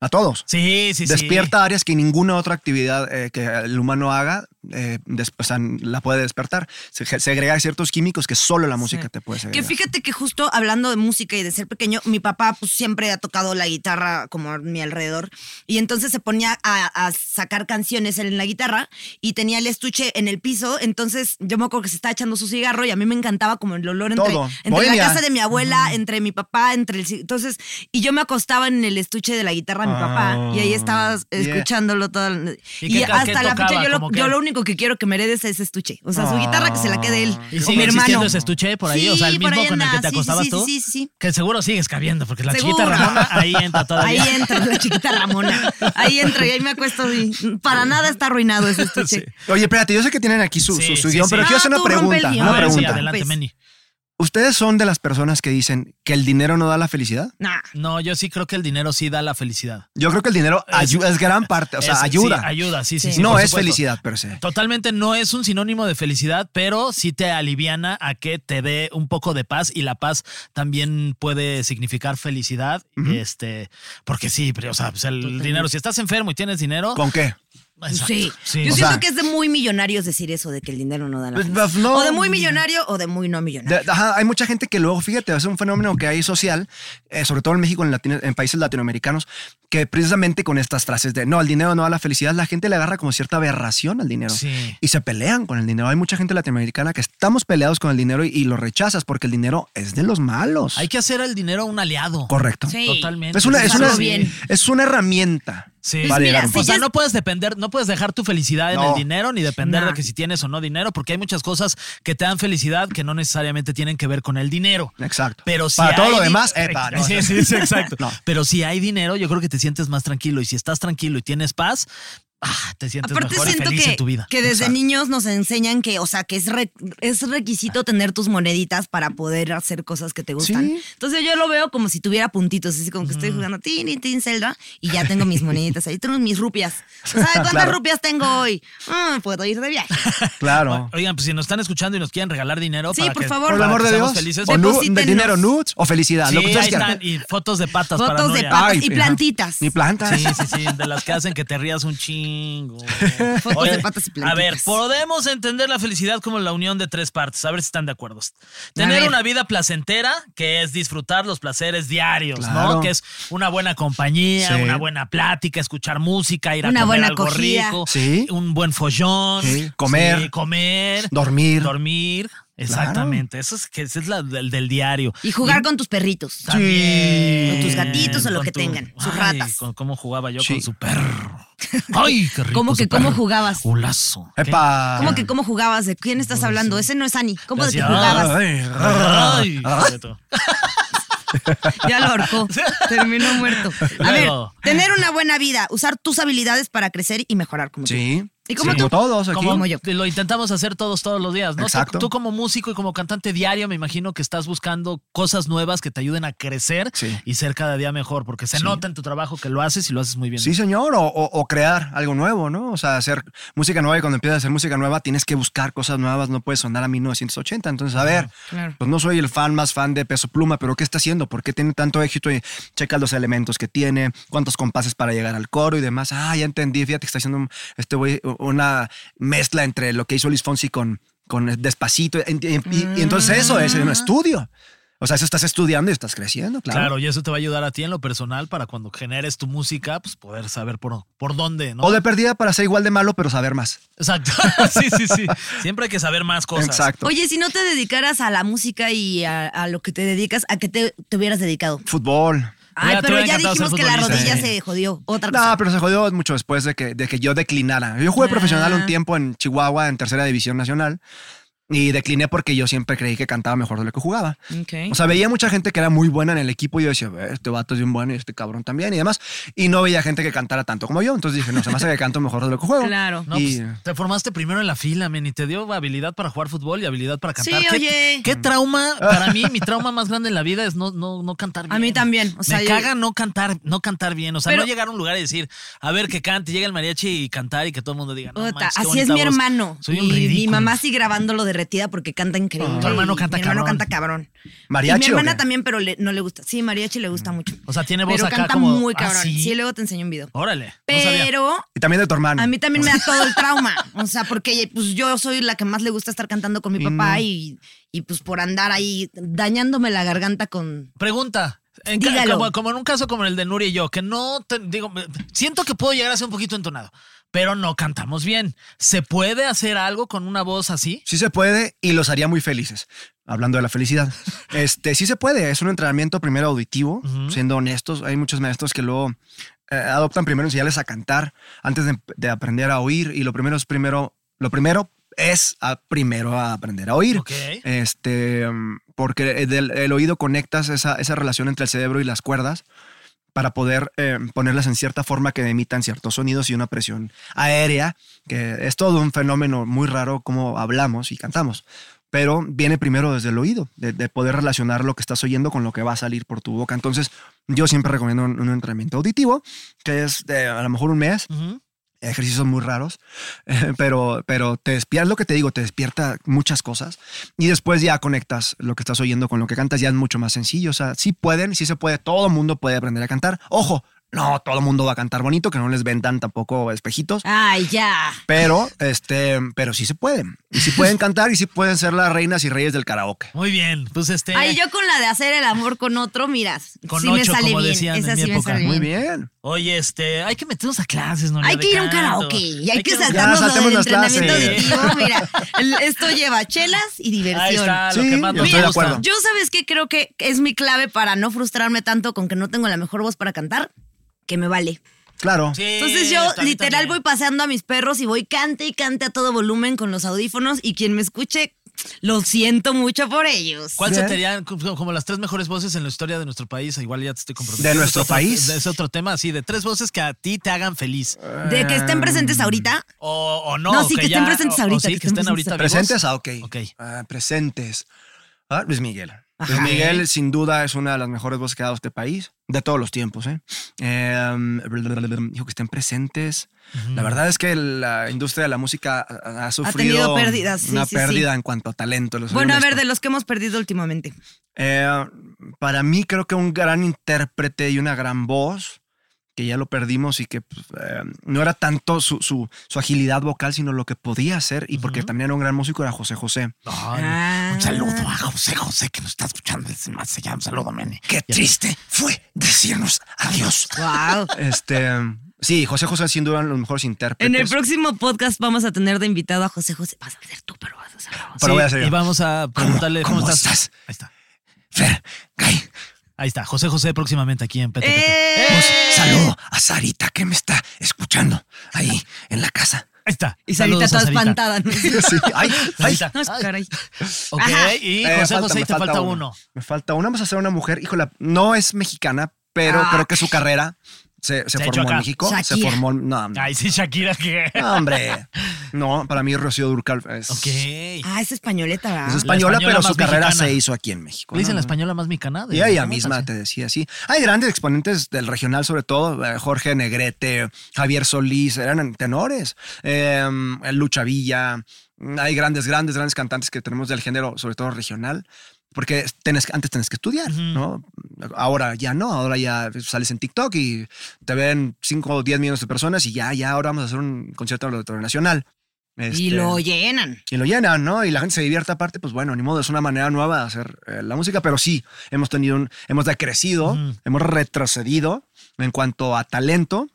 Speaker 2: A todos.
Speaker 4: Sí, sí, sí.
Speaker 2: Despierta áreas que ninguna otra actividad eh, que el humano haga eh, des- o sea, la puede despertar. Se se segrega ciertos químicos que solo la música
Speaker 3: Sí.
Speaker 2: te puede segregar.
Speaker 3: Que fíjate que justo hablando de música y de ser pequeño, mi papá pues siempre ha tocado la guitarra como a mi alrededor y entonces se ponía a, a sacar canciones él en la guitarra y tenía el estuche en el piso, entonces yo me acuerdo que se estaba echando su cigarro y a mí me encantaba como el olor entre,
Speaker 2: Todo.
Speaker 3: entre la
Speaker 2: Bohemia.
Speaker 3: casa de mi abuela, entre mi papá, entre el... ci- Entonces, y yo me acostaba en el estuche de la guitarra de mi papá
Speaker 2: Ah,
Speaker 3: y ahí estaba
Speaker 2: yeah.
Speaker 3: escuchándolo todo. el-
Speaker 4: e-, ¿Y
Speaker 3: Y,
Speaker 4: qué ca- qué
Speaker 3: hasta la fecha
Speaker 4: tocaba?
Speaker 3: yo lo,
Speaker 4: ¿Cómo qué?
Speaker 3: yo lo único que quiero que me heredes es ese estuche, o sea, su guitarra que se la quede él
Speaker 4: ¿Y sigue
Speaker 3: o mi hermano.
Speaker 4: existiendo ese estuche ¿Eh? por ahí?
Speaker 3: Sí,
Speaker 4: o sea, el
Speaker 3: por
Speaker 4: mismo
Speaker 3: ahí
Speaker 4: con el que
Speaker 3: anda.
Speaker 4: te
Speaker 3: Sí, sí,
Speaker 4: acostabas
Speaker 3: sí,
Speaker 4: tú.
Speaker 3: sí, sí, sí.
Speaker 4: Que seguro sigues cabiendo, porque la
Speaker 3: Seguro.
Speaker 4: chiquita Ramona ahí entra todavía.
Speaker 3: Ahí entra la chiquita Ramona. Ahí entra y ahí me acuesto. Y para nada está arruinado ese estuche.
Speaker 2: Oye, espérate, yo sé que tienen aquí su,
Speaker 4: Sí,
Speaker 2: su- su
Speaker 4: sí,
Speaker 2: guión,
Speaker 4: sí. Ah,
Speaker 2: pero
Speaker 3: No,
Speaker 2: quiero hacer una
Speaker 3: tú rompe el
Speaker 2: pregunta.
Speaker 3: guión.
Speaker 4: A
Speaker 2: Una
Speaker 4: ver, sí,
Speaker 2: pregunta.
Speaker 4: adelante,
Speaker 3: Pues-
Speaker 4: Meni.
Speaker 2: ¿Ustedes son de las personas que dicen que el dinero no da la felicidad?
Speaker 3: Nah.
Speaker 4: No, yo sí creo que el dinero sí da la felicidad.
Speaker 2: Yo creo que el dinero
Speaker 4: Es-
Speaker 2: ayu- es, gran parte, o sea,
Speaker 4: Es- sí,
Speaker 2: ayuda.
Speaker 4: ayuda, sí, sí.
Speaker 3: Sí.
Speaker 4: sí,
Speaker 2: no
Speaker 4: por
Speaker 2: es
Speaker 4: supuesto.
Speaker 2: felicidad per se.
Speaker 4: Totalmente no es un sinónimo de felicidad, pero sí te aliviana a que te dé un poco de paz y la paz también puede significar felicidad. Este, porque sí, pero, o sea, pues el dinero, si estás enfermo y tienes dinero,
Speaker 2: ¿Con qué?
Speaker 4: exacto,
Speaker 3: Sí.
Speaker 4: sí.
Speaker 3: Yo
Speaker 2: O
Speaker 3: siento
Speaker 2: sea-
Speaker 3: que es de muy millonarios decir eso, de que el dinero no da la
Speaker 2: Pues,
Speaker 3: felicidad.
Speaker 2: pues, no.
Speaker 3: O de muy millonario o de muy no millonario.
Speaker 2: De- ajá, hay mucha gente que luego, fíjate, es un fenómeno que hay social, eh, sobre todo en México, en, latino- en países latinoamericanos, que precisamente con estas frases de no, el dinero no da la felicidad, la gente le agarra como cierta aberración al dinero.
Speaker 4: Sí.
Speaker 2: Y se pelean con el dinero. Hay mucha gente latinoamericana que estamos peleados con el dinero y, y lo rechazas porque el dinero es de los malos.
Speaker 4: Hay que hacer al dinero un aliado.
Speaker 2: Correcto.
Speaker 3: Sí.
Speaker 4: Totalmente.
Speaker 2: Es una, es,
Speaker 3: Usarlo
Speaker 2: una,
Speaker 3: bien.
Speaker 2: es una herramienta.
Speaker 4: Sí.
Speaker 2: para llegar a un
Speaker 3: Pues
Speaker 4: o
Speaker 3: si
Speaker 4: sea,
Speaker 3: ya es-
Speaker 4: no puedes depender, no puedes dejar tu felicidad en
Speaker 2: No.
Speaker 4: el dinero ni depender
Speaker 3: No.
Speaker 4: de que si tienes o no dinero, porque hay muchas cosas que te dan felicidad que no necesariamente tienen que ver con el dinero.
Speaker 2: Exacto.
Speaker 4: Pero si
Speaker 2: Para todo
Speaker 4: hay
Speaker 2: lo
Speaker 4: di-
Speaker 2: demás, epa, no.
Speaker 4: sí, sí, sí, exacto.
Speaker 2: No.
Speaker 4: Pero si hay dinero, yo creo que te sientes más tranquilo y si estás tranquilo y tienes paz, ah, te sientes
Speaker 3: Aparte
Speaker 4: mejor y
Speaker 3: siento
Speaker 4: feliz
Speaker 3: que,
Speaker 4: en tu vida.
Speaker 3: que desde
Speaker 4: Exacto.
Speaker 3: niños nos enseñan que, o sea, que es, re- es requisito tener tus moneditas para poder hacer cosas que te gustan.
Speaker 2: Sí.
Speaker 3: Entonces yo lo veo como si tuviera puntitos, así como que estoy jugando tin y tin Zelda y ya tengo mis moneditas, ahí tengo mis rupias. ¿Sabes cuántas
Speaker 2: Claro.
Speaker 3: rupias tengo hoy? Mm, puedo ir de viaje.
Speaker 2: Claro.
Speaker 4: Oigan, pues si nos están escuchando y nos quieren regalar dinero,
Speaker 3: Sí,
Speaker 4: para
Speaker 3: por
Speaker 4: que-
Speaker 3: favor.
Speaker 2: Por el
Speaker 4: para
Speaker 2: amor
Speaker 4: que
Speaker 2: de
Speaker 4: seamos
Speaker 2: Dios.
Speaker 4: Felices,
Speaker 2: O nu-
Speaker 3: Deposítenos.
Speaker 2: dinero nudes o felicidad. Ah,
Speaker 4: Sí,
Speaker 2: lo que ustedes
Speaker 4: ahí
Speaker 2: quieran.
Speaker 4: están, y fotos de patas para
Speaker 3: Fotos de
Speaker 4: Nuria.
Speaker 3: patas. y
Speaker 2: ajá.
Speaker 3: plantitas.
Speaker 2: Y plantas.
Speaker 4: Sí, sí, sí, de las que hacen que te rías un chingo.
Speaker 3: Fotos de patas y
Speaker 4: A
Speaker 3: plantitas.
Speaker 4: ver, podemos entender la felicidad como la unión de tres partes, a ver si están de acuerdo. Tener
Speaker 3: ver.
Speaker 4: una vida placentera, que es disfrutar los placeres diarios, ¿no?
Speaker 2: Claro.
Speaker 4: Que es una buena compañía,
Speaker 2: Sí.
Speaker 4: una buena plática, escuchar música, ir a
Speaker 3: Una
Speaker 4: comer
Speaker 3: buena
Speaker 4: algo
Speaker 3: acogida.
Speaker 4: rico,
Speaker 2: Sí.
Speaker 4: un buen follón,
Speaker 2: Sí, comer.
Speaker 4: sí, comer,
Speaker 2: Dormir.
Speaker 4: dormir. Exactamente, eso es que esa es la del, del diario.
Speaker 3: Y jugar con tus perritos.
Speaker 4: También.
Speaker 3: Con tus gatitos o
Speaker 4: Eh,
Speaker 3: lo
Speaker 4: Con
Speaker 3: que tengan, sus
Speaker 4: Ay,
Speaker 3: ratas.
Speaker 4: con cómo jugaba yo
Speaker 2: Sí.
Speaker 4: con su perro. Ay, qué rico.
Speaker 3: ¿Cómo que
Speaker 4: su
Speaker 3: cómo
Speaker 4: perro.
Speaker 3: jugabas?
Speaker 4: Golazo. ¿Qué?
Speaker 2: Epa.
Speaker 3: ¿Cómo que cómo jugabas? ¿De quién estás hablando? Ese no es Ani. ¿Cómo de que
Speaker 4: Gracias.
Speaker 3: jugabas?
Speaker 2: Ay,
Speaker 4: Ay, hijo de tu-
Speaker 3: Ya lo ahorcó. Terminó muerto. A ver,
Speaker 4: Luego.
Speaker 3: tener una buena vida, usar tus habilidades para crecer y mejorar como tú.
Speaker 2: Sí.
Speaker 3: ¿Y cómo
Speaker 2: Sí.
Speaker 3: tú?
Speaker 2: Como todos aquí.
Speaker 4: Como,
Speaker 3: Como yo.
Speaker 4: Lo intentamos hacer todos todos los días, ¿no? Tú-
Speaker 2: Exacto.
Speaker 4: Tú, como músico y como cantante diario, me imagino que estás buscando cosas nuevas que te ayuden a crecer
Speaker 2: Sí.
Speaker 4: y ser cada día mejor, porque se nota en tu trabajo que lo haces y lo haces muy bien.
Speaker 2: Sí, señor, o, o- o crear algo nuevo, ¿no? O sea, hacer música nueva y cuando empiezas a hacer música nueva tienes que buscar cosas nuevas, no puedes sonar a 1980. Entonces, a ver,
Speaker 3: claro.
Speaker 2: pues no soy el fan más fan de Peso Pluma, pero ¿qué está haciendo? ¿Por qué tiene tanto éxito? Y checa los elementos que tiene, cuántos compases para llegar al coro y demás. Ah, ya entendí, fíjate que está haciendo un- este güey una mezcla entre lo que hizo Luis Fonsi con, con Despacito. Y, y- y- y entonces eso es
Speaker 3: Mm.
Speaker 2: un estudio. O sea, eso estás estudiando y estás creciendo,
Speaker 4: Claro.
Speaker 2: claro.
Speaker 4: y eso te va a ayudar a ti en lo personal para cuando generes tu música, pues poder saber por, por dónde, ¿no?
Speaker 2: O de perdida para ser igual de malo, pero saber más.
Speaker 4: Exacto. sí, sí, sí. Siempre hay que saber más cosas.
Speaker 2: Exacto.
Speaker 3: Oye, si no te dedicaras a la música y a, a lo que te dedicas, ¿a qué te, te hubieras dedicado?
Speaker 2: Fútbol.
Speaker 3: Ay,
Speaker 4: Mira, te
Speaker 3: pero
Speaker 4: hubiera
Speaker 3: ya
Speaker 4: encantado ser
Speaker 3: dijimos que la
Speaker 4: futbolista. ¿eh?
Speaker 3: rodilla
Speaker 4: Sí.
Speaker 3: se jodió. Otra cosa.
Speaker 2: No, Ah, pero se jodió mucho
Speaker 3: Ah.
Speaker 2: después de que, de que yo declinara. Yo jugué profesional un tiempo en Chihuahua, en tercera división nacional. Y decliné porque yo siempre creí que cantaba mejor de lo que jugaba.
Speaker 3: Ok.
Speaker 2: O sea, veía mucha gente que era muy buena en el equipo y yo decía, "Ve, este vato es bien bueno y este cabrón también y demás. Y no veía gente que cantara tanto como yo. Entonces dije, no, se me hace que canto mejor de lo que juego.
Speaker 3: Claro.
Speaker 4: No,
Speaker 2: Y- eh,
Speaker 4: pues, te formaste primero en la fila, men, y te dio habilidad para jugar fútbol y habilidad para cantar.
Speaker 3: Sí,
Speaker 4: ¿Qué,
Speaker 3: oye.
Speaker 4: qué trauma? Para mí, mi trauma más grande en la vida es no, no, no cantar bien.
Speaker 3: A mí también, o sea,
Speaker 4: me
Speaker 3: yo-
Speaker 4: caga no cantar, no cantar bien. O sea,
Speaker 3: Pero-
Speaker 4: no llegar a un lugar y decir, a ver, que cante, llega el mariachi y cantar y que todo el mundo diga, no,
Speaker 3: Puta,
Speaker 4: manches, qué
Speaker 3: así es
Speaker 4: bonita
Speaker 3: mi
Speaker 4: voz.
Speaker 3: hermano.
Speaker 4: Soy un
Speaker 3: y mi
Speaker 4: ridículo.
Speaker 3: mamá sí grabándolo derretida porque canta increíble.
Speaker 4: Tu hermano
Speaker 3: y
Speaker 4: canta
Speaker 3: mi hermano
Speaker 4: cabrón.
Speaker 3: canta cabrón.
Speaker 2: ¿Mariachi
Speaker 3: Y mi
Speaker 2: o
Speaker 3: hermana
Speaker 2: qué?
Speaker 3: también, pero le- no le gusta. Sí, mariachi le gusta mucho.
Speaker 4: Mm. O sea, tiene voz
Speaker 3: pero
Speaker 4: acá
Speaker 3: canta
Speaker 4: como
Speaker 3: muy cabrón.
Speaker 4: así.
Speaker 3: Sí, luego te enseño un video.
Speaker 4: Órale. no sabía.
Speaker 3: Pero
Speaker 2: Y también de tu hermano.
Speaker 3: a mí también me da todo el trauma. O sea, porque pues, yo soy la que más le gusta estar cantando con mi papá y, y pues por andar ahí dañándome la garganta con...
Speaker 4: Pregunta. En ca-
Speaker 3: Dígalo.
Speaker 4: como, como en un caso como el de Nuri y yo, que no te- digo, me- siento que puedo llegar a ser un poquito entonado, pero no cantamos bien. ¿Se puede hacer algo con una voz así?
Speaker 2: Sí se puede y los haría muy felices. Hablando de la felicidad. Este, sí se puede. Es un entrenamiento primero auditivo, siendo honestos. Hay muchos maestros que luego eh, adoptan primero enseñarles a cantar antes de, de aprender a oír. Y lo primero es primero, lo primero es a- primero a aprender a oír.
Speaker 4: Ok.
Speaker 2: Este, mm, porque del, el oído conectas esa, esa relación entre el cerebro y las cuerdas para poder eh, ponerlas en cierta forma que emitan ciertos sonidos y una presión aérea, que es todo un fenómeno muy raro como hablamos y cantamos. Pero viene primero desde el oído, de, de poder relacionar lo que estás oyendo con lo que va a salir por tu boca. Entonces, yo siempre recomiendo un, un entrenamiento auditivo, que es de a lo mejor un mes,
Speaker 4: Ujú.
Speaker 2: ejercicios muy raros, pero, pero te despiertas, lo que te digo, te despierta muchas cosas y después ya conectas lo que estás oyendo con lo que cantas, ya es mucho más sencillo, o sea, sí pueden, sí se puede, todo el mundo puede aprender a cantar, ojo, no, todo el mundo va a cantar bonito, que no les vendan tampoco espejitos,
Speaker 3: Ay, ya.
Speaker 2: pero, este, pero sí se pueden, y sí pueden cantar y sí pueden ser las reinas y reyes del karaoke.
Speaker 4: Muy bien. Pues este.
Speaker 3: Ay, yo con la de hacer el amor con otro, miras.
Speaker 4: Con
Speaker 3: sí me
Speaker 4: ocho,
Speaker 3: sale
Speaker 4: como
Speaker 3: bien.
Speaker 4: decían
Speaker 3: Esa
Speaker 4: en mi
Speaker 3: sí me
Speaker 4: época.
Speaker 3: sale
Speaker 2: Muy
Speaker 3: bien.
Speaker 2: bien.
Speaker 4: Oye, este, hay que meternos a clases, ¿no?
Speaker 3: Hay
Speaker 4: De
Speaker 3: que ir a un
Speaker 4: canto.
Speaker 3: karaoke y hay que
Speaker 4: ir a un
Speaker 2: Ya,
Speaker 3: saltarnos lo
Speaker 2: saltémonos
Speaker 3: del
Speaker 2: las
Speaker 3: entrenamiento
Speaker 4: clases.
Speaker 3: auditivo. Mira, el- esto lleva chelas y diversión.
Speaker 4: Ahí está, lo
Speaker 2: Sí,
Speaker 4: que más
Speaker 2: yo
Speaker 4: nos
Speaker 2: estoy de
Speaker 4: gusta.
Speaker 2: acuerdo.
Speaker 3: Yo sabes que creo que es mi clave para no frustrarme tanto con que no tengo la mejor voz para cantar, que me vale.
Speaker 2: Claro.
Speaker 4: Sí,
Speaker 3: Entonces yo
Speaker 4: está bien
Speaker 3: literal
Speaker 4: también.
Speaker 3: voy paseando a mis perros y voy cante y cante a todo volumen con los audífonos y quien me escuche, lo siento mucho por ellos.
Speaker 4: ¿Cuál se
Speaker 2: Bien.
Speaker 4: serían como como las tres mejores voces en la historia de nuestro país? Ah, Igual ya te estoy comprometiendo.
Speaker 2: ¿De nuestro
Speaker 4: Otro-
Speaker 2: país? Ah.
Speaker 4: Es otro tema, sí, de tres voces que a ti te hagan feliz.
Speaker 3: De que estén
Speaker 4: Mm,
Speaker 3: presentes ahorita.
Speaker 4: O, o no.
Speaker 3: No, sí,
Speaker 4: o
Speaker 3: que estén presentes
Speaker 4: o- o
Speaker 3: ahorita,
Speaker 4: sí,
Speaker 3: que
Speaker 4: que
Speaker 3: estén
Speaker 4: estén ahorita vivos.
Speaker 2: Presentes, ah, ok.
Speaker 4: Ok.
Speaker 2: Ah, presentes. Ah, Luis Miguel. Luis Miguel, sin duda, es una de las mejores voces que ha dado este país, de todos los tiempos. ¿eh? Em, dijo que estén presentes. La verdad es que la industria de la música ha, ha sufrido
Speaker 3: tenido pérdidas, sí,
Speaker 2: una
Speaker 3: sí, sí.
Speaker 2: pérdida en cuanto a talento.
Speaker 4: pues
Speaker 2: les soy
Speaker 3: Bueno, a ver,
Speaker 2: honesto.
Speaker 3: de los que hemos perdido últimamente.
Speaker 2: Eh, para mí creo que un gran intérprete y una gran voz, que ya lo perdimos y que pues, eh, no era tanto su, su- su agilidad vocal, sino lo que podía hacer, y porque también era un gran músico, era José José.
Speaker 4: Ay,
Speaker 3: Ah.
Speaker 4: Un saludo a José José que nos está escuchando desde más allá. Un saludo, Mene.
Speaker 2: Qué triste fue decirnos adiós.
Speaker 3: Wow.
Speaker 2: Este, sí, José José sin duda uno de los mejores intérpretes.
Speaker 3: En el próximo podcast vamos a tener de invitado a José José. Vas a ser tú, pero vas a ser vos.
Speaker 2: Ah, Pero voy a hacer yo.
Speaker 4: Y vamos a preguntarle cómo,
Speaker 2: ¿Cómo- cómo
Speaker 4: estás?
Speaker 2: estás?
Speaker 4: Ahí está.
Speaker 2: Fer, Gay,
Speaker 4: Ahí está. José José próximamente aquí en PTPT.
Speaker 3: ¡Eh!
Speaker 4: Ahí
Speaker 2: pues, saludo a Sarita que me está escuchando ahí en la casa.
Speaker 4: está.
Speaker 3: Y Sarita
Speaker 4: Saludos a
Speaker 3: toda espantada. ¿no?
Speaker 2: Sí, ay, ay.
Speaker 4: Sarita.
Speaker 3: No, caray.
Speaker 4: Ok,
Speaker 3: Ajá.
Speaker 4: y
Speaker 2: Eh,
Speaker 4: José
Speaker 2: falta-
Speaker 4: José,
Speaker 2: me
Speaker 4: y te falta uno.
Speaker 2: Me falta una. Vamos a hacer una mujer. Híjola, no es mexicana, pero creo que su carrera se, se
Speaker 4: Ah, Se ha hecho
Speaker 2: formó
Speaker 4: acá.
Speaker 2: en México. Se
Speaker 3: Shakira.
Speaker 2: formó. No, no,
Speaker 4: Ay, sí, Shakira, que.
Speaker 2: no, hombre. No, para mí Rocío Durcal es,
Speaker 4: Ok.
Speaker 3: Ah, es españoleta,
Speaker 2: es
Speaker 3: ¿verdad?
Speaker 2: española,
Speaker 4: española
Speaker 2: pero
Speaker 4: más
Speaker 2: su carrera
Speaker 4: mexicana.
Speaker 2: se hizo aquí en México.
Speaker 4: Le dicen
Speaker 2: ¿no?
Speaker 4: la española más mexicana. de-
Speaker 2: Y ella
Speaker 4: ¿cómo
Speaker 2: misma
Speaker 4: estás?
Speaker 2: te decía así. Hay grandes exponentes del regional, sobre todo eh, Jorge Negrete, Javier Solís, eran tenores. Eh, Lucha Villa. Hay grandes, grandes, grandes cantantes que tenemos del género, sobre todo regional. Porque tenés, antes tenés que estudiar, ¿no? Ahora ya no, ahora ya sales en TikTok y te ven 5 o 10 millones de personas y ya, ya, ahora vamos a hacer un concierto en el Auditorio Nacional.
Speaker 3: Y
Speaker 2: Este,
Speaker 3: lo llenan.
Speaker 2: y lo llenan, ¿no? Y la gente se divierte aparte, pues bueno, ni modo, es una manera nueva de hacer eh, la música, pero sí, hemos tenido un, hemos decrecido, hemos retrocedido en cuanto a talento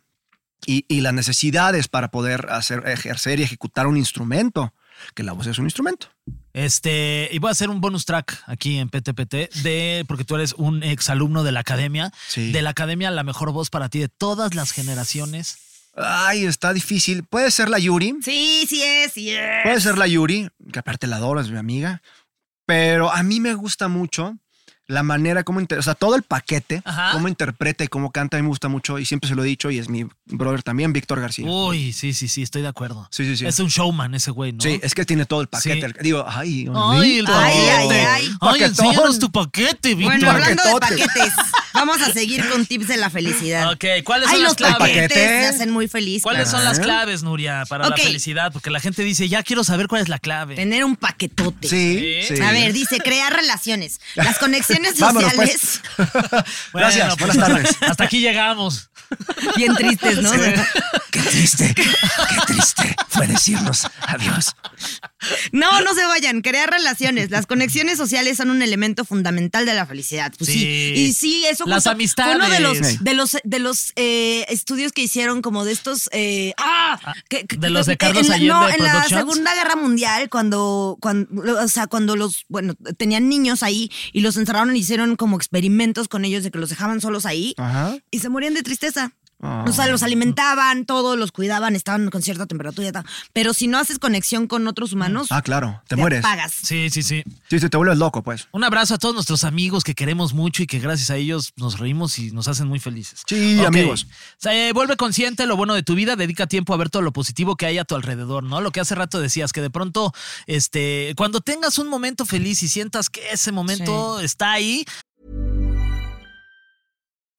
Speaker 2: y, y las necesidades para poder hacer, ejercer y ejecutar un instrumento, que la voz es un instrumento.
Speaker 4: Este, y voy a hacer un bonus track aquí en PTPT de porque tú eres un exalumno de la academia.
Speaker 2: Sí.
Speaker 4: De la academia, la mejor voz para ti de todas las generaciones
Speaker 2: Ay, está difícil. Puede ser la Yuri.
Speaker 3: Sí, sí es, sí es.
Speaker 4: Pues
Speaker 2: Puede ser la Yuri, que aparte la adoro, es mi amiga. Pero a mí me gusta mucho la manera como, inter- o sea, todo el paquete,
Speaker 4: Ajá.
Speaker 2: cómo interpreta y cómo canta, a mí me gusta mucho. Y siempre se lo he dicho, y es mi brother también, Víctor García.
Speaker 4: Uy, sí, sí, sí, estoy de acuerdo.
Speaker 2: Sí, sí, sí.
Speaker 4: Es un showman ese güey, ¿no?
Speaker 2: Sí, es que tiene todo el paquete.
Speaker 4: Sí.
Speaker 2: Digo, ay,
Speaker 4: Ay, el
Speaker 2: bonito.
Speaker 3: Ay, ay,
Speaker 4: paquete.
Speaker 3: ay.
Speaker 4: Ay,
Speaker 2: Paquetón.
Speaker 4: enséñanos tu paquete, Víctor.
Speaker 3: Bueno, hablando de
Speaker 2: Paquetote.
Speaker 3: paquetes, vamos a seguir con tips de la felicidad.
Speaker 4: Ok, ¿cuáles son
Speaker 3: Ay,
Speaker 4: las
Speaker 3: los
Speaker 4: claves?
Speaker 3: paquetes me
Speaker 2: Paquete.
Speaker 3: hacen muy feliz.
Speaker 4: ¿Cuáles
Speaker 3: claro.
Speaker 4: son
Speaker 2: ¿Eh?
Speaker 4: las claves, Nuria, para
Speaker 3: Ok.
Speaker 4: la felicidad? Porque la gente dice, ya quiero saber cuál es la clave.
Speaker 3: Tener un paquetote.
Speaker 2: Sí, sí.
Speaker 3: A ver, dice, crear relaciones. Las conexiones
Speaker 2: Vámonos,
Speaker 3: sociales.
Speaker 2: pues.
Speaker 4: Bueno,
Speaker 2: Gracias,
Speaker 4: pues,
Speaker 2: buenas tardes.
Speaker 4: Hasta aquí llegamos.
Speaker 3: Bien tristes, ¿no?
Speaker 2: Qué triste, qué triste fue decirnos adiós.
Speaker 3: No, no se vayan. Crear relaciones. Las conexiones sociales son un elemento fundamental de la felicidad. Pues sí.
Speaker 4: Sí.
Speaker 3: Y sí, eso
Speaker 4: Las
Speaker 3: justo
Speaker 4: amistades.
Speaker 3: fue uno de
Speaker 2: Sí.
Speaker 3: los, de los, de los eh, estudios que hicieron como de estos. eh, ¡Ah! que- que-
Speaker 4: de los de
Speaker 3: en
Speaker 4: Carlos
Speaker 3: la-
Speaker 4: Allende
Speaker 3: No, en la
Speaker 4: Productions.
Speaker 3: Segunda Guerra Mundial, cuando, cuando, o sea, cuando los, bueno, tenían niños ahí y los encerraron y hicieron como experimentos con ellos de que los dejaban solos ahí
Speaker 2: Ajá.
Speaker 3: y se morían de tristeza.
Speaker 2: Ah.
Speaker 3: O sea, los alimentaban, todos los cuidaban, estaban con cierta temperatura y tal. Pero si no haces conexión con otros humanos,
Speaker 2: Ah, claro, te, mueres.
Speaker 3: apagas.
Speaker 4: Sí, sí, sí.
Speaker 2: Sí, sí, te vuelves loco, pues.
Speaker 4: Un abrazo a todos nuestros amigos que queremos mucho y que gracias a ellos nos reímos y nos hacen muy felices.
Speaker 2: Sí,
Speaker 4: Ok.
Speaker 2: amigos.
Speaker 4: Se vuelve consciente lo bueno de tu vida, dedica tiempo a ver todo lo positivo que hay a tu alrededor, ¿no? Lo que hace rato decías, que de pronto, este, cuando tengas un momento feliz y sientas que ese momento está ahí,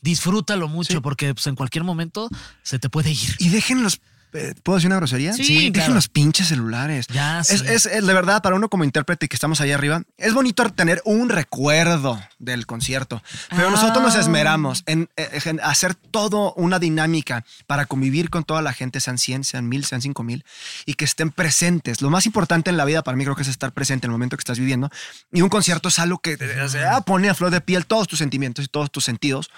Speaker 4: disfrútalo mucho porque pues, en cualquier momento se te puede ir.
Speaker 2: Y dejen los. eh, ¿Puedo decir una grosería?
Speaker 4: Sí, Sí,
Speaker 2: dejen
Speaker 4: claro.
Speaker 2: los pinches celulares.
Speaker 4: Ya,
Speaker 2: es,
Speaker 4: sí.
Speaker 2: es- es de verdad, para uno como intérprete que estamos allá arriba, es bonito tener un recuerdo del concierto. Pero
Speaker 4: Ah.
Speaker 2: nosotros nos esmeramos en, eh, en hacer todo una dinámica para convivir con toda la gente, sean 100, sean 1000, sean 5000, y que estén presentes. Lo más importante en la vida para mí creo que es estar presente en el momento que estás viviendo. Y un concierto es algo que eh, o sea, pone a flor de piel todos tus sentimientos y todos tus sentidos.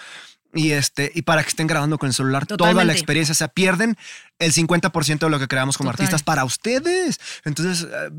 Speaker 2: Y, este, y para que estén grabando con el celular toda la
Speaker 3: Totalmente.
Speaker 2: experiencia. O sea, pierden el 50% de lo que creamos como artistas para ustedes. Entonces, eh,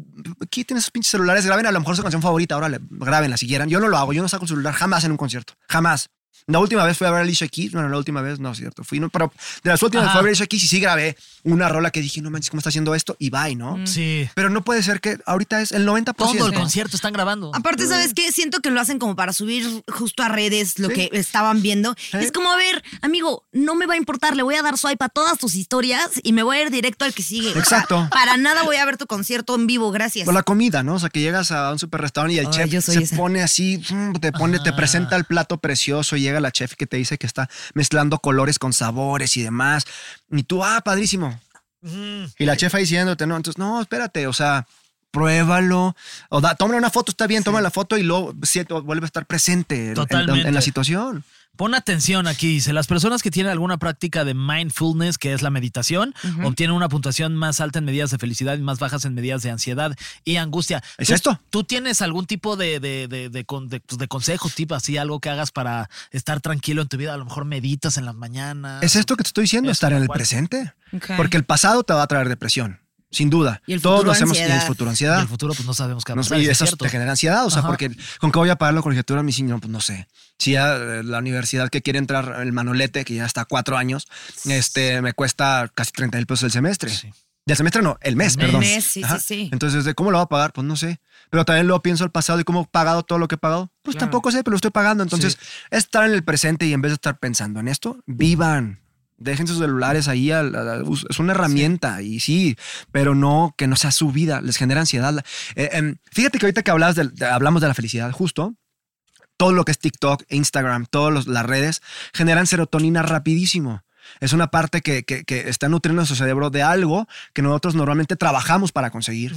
Speaker 2: quiten esos pinches celulares, graben a lo mejor su canción favorita, ahora grabenla si quieran. Yo no lo hago, yo no saco el celular jamás en un concierto, jamás. La última vez fui a ver a Alicia Keys, bueno, la última vez no, es cierto, fui, no, pero de las últimas
Speaker 4: Ajá.
Speaker 2: fui a ver a Alicia Keys y sí grabé una rola que dije, no manches, ¿cómo está haciendo esto? Y bye, ¿no?
Speaker 4: Sí.
Speaker 2: Pero no puede ser que ahorita Pues es el 90%.
Speaker 4: Mm. Todo el concierto están grabando.
Speaker 3: Aparte, ¿sabes qué? Siento que lo hacen como para subir justo a redes lo que estaban viendo. Es como, a ver, amigo, no me va a importar, le voy a dar swipe a todas tus historias y me voy a ir directo al que sigue. O sea,
Speaker 2: Exacto.
Speaker 3: para nada voy a ver tu concierto en vivo, gracias.
Speaker 2: Con Pues la comida, ¿no? O sea, que llegas a un super restaurante y el
Speaker 3: Ay, yo
Speaker 2: chef
Speaker 3: soy
Speaker 2: se
Speaker 3: esa. Ah.
Speaker 2: pone así, mm, te pone, te presenta el plato precioso, y llega la chef que te dice que está mezclando colores con sabores y demás. Y tú, ah, padrísimo.
Speaker 3: Mm.
Speaker 2: Y la chef ahí diciéndote, no, entonces, no, espérate, o sea, pruébalo. O da, tómale una foto, está bien, toma la foto y luego siento, vuelve a estar presente en- en-
Speaker 4: Totalmente.
Speaker 2: en la situación.
Speaker 4: Pon atención aquí, dice, las personas que tienen alguna práctica de mindfulness, que es la meditación, obtienen una puntuación más alta en medidas de felicidad y más bajas en medidas de ansiedad y angustia.
Speaker 2: ¿Es
Speaker 4: ¿Tú-
Speaker 2: esto?
Speaker 4: ¿Tú tienes algún tipo de, de, de, de con- de- pues, de consejo, tipo así, algo que hagas para estar tranquilo en tu vida? A lo mejor meditas en las
Speaker 3: Ah.
Speaker 4: mañanas.
Speaker 2: Es esto que te estoy diciendo,
Speaker 4: Eso,
Speaker 2: estar en
Speaker 4: tal
Speaker 2: el
Speaker 4: cual.
Speaker 2: presente.
Speaker 3: Ok.
Speaker 2: Porque el pasado te va a traer depresión, sin duda.
Speaker 3: Y el
Speaker 2: Todos
Speaker 3: futuro,
Speaker 2: lo hacemos y el
Speaker 3: ansiedad.
Speaker 2: futuro
Speaker 4: Y
Speaker 2: ansiedad.
Speaker 4: el futuro, pues no sabemos qué va a
Speaker 2: No,
Speaker 4: pasar,
Speaker 2: y
Speaker 4: eso es
Speaker 2: eso
Speaker 4: cierto.
Speaker 2: te genera ansiedad, o sea,
Speaker 4: Ajá.
Speaker 2: porque con qué voy a pagar la colegiatura a mis niños, pues no sé. Si ya eh, la universidad que quiere entrar, el manolete, que ya está a cuatro años, este, me cuesta casi 30 mil pesos el semestre. Del semestre no, el mes,
Speaker 5: El
Speaker 2: perdón.
Speaker 5: mes, sí, sí,
Speaker 2: Ajá.
Speaker 5: sí.
Speaker 2: Entonces, ¿de cómo lo voy a pagar? Pues no sé. Pero también luego pienso el pasado y cómo he pagado todo lo que he pagado. Pues
Speaker 5: Claro.
Speaker 2: tampoco sé, pero lo estoy pagando. Entonces, estar en el presente y en vez de estar pensando en esto, vivan. Dejen sus celulares ahí. al- al- us- es una herramienta y sí, pero no que no sea su vida. Les genera ansiedad. La- eh, em, fíjate que ahorita que hablabas del- de- hablamos de la felicidad, justo todo lo que es TikTok, Instagram, todas las redes generan serotonina rapidísimo. Es una parte que, que- que está nutriendo nuestro cerebro de algo que nosotros normalmente trabajamos para conseguir.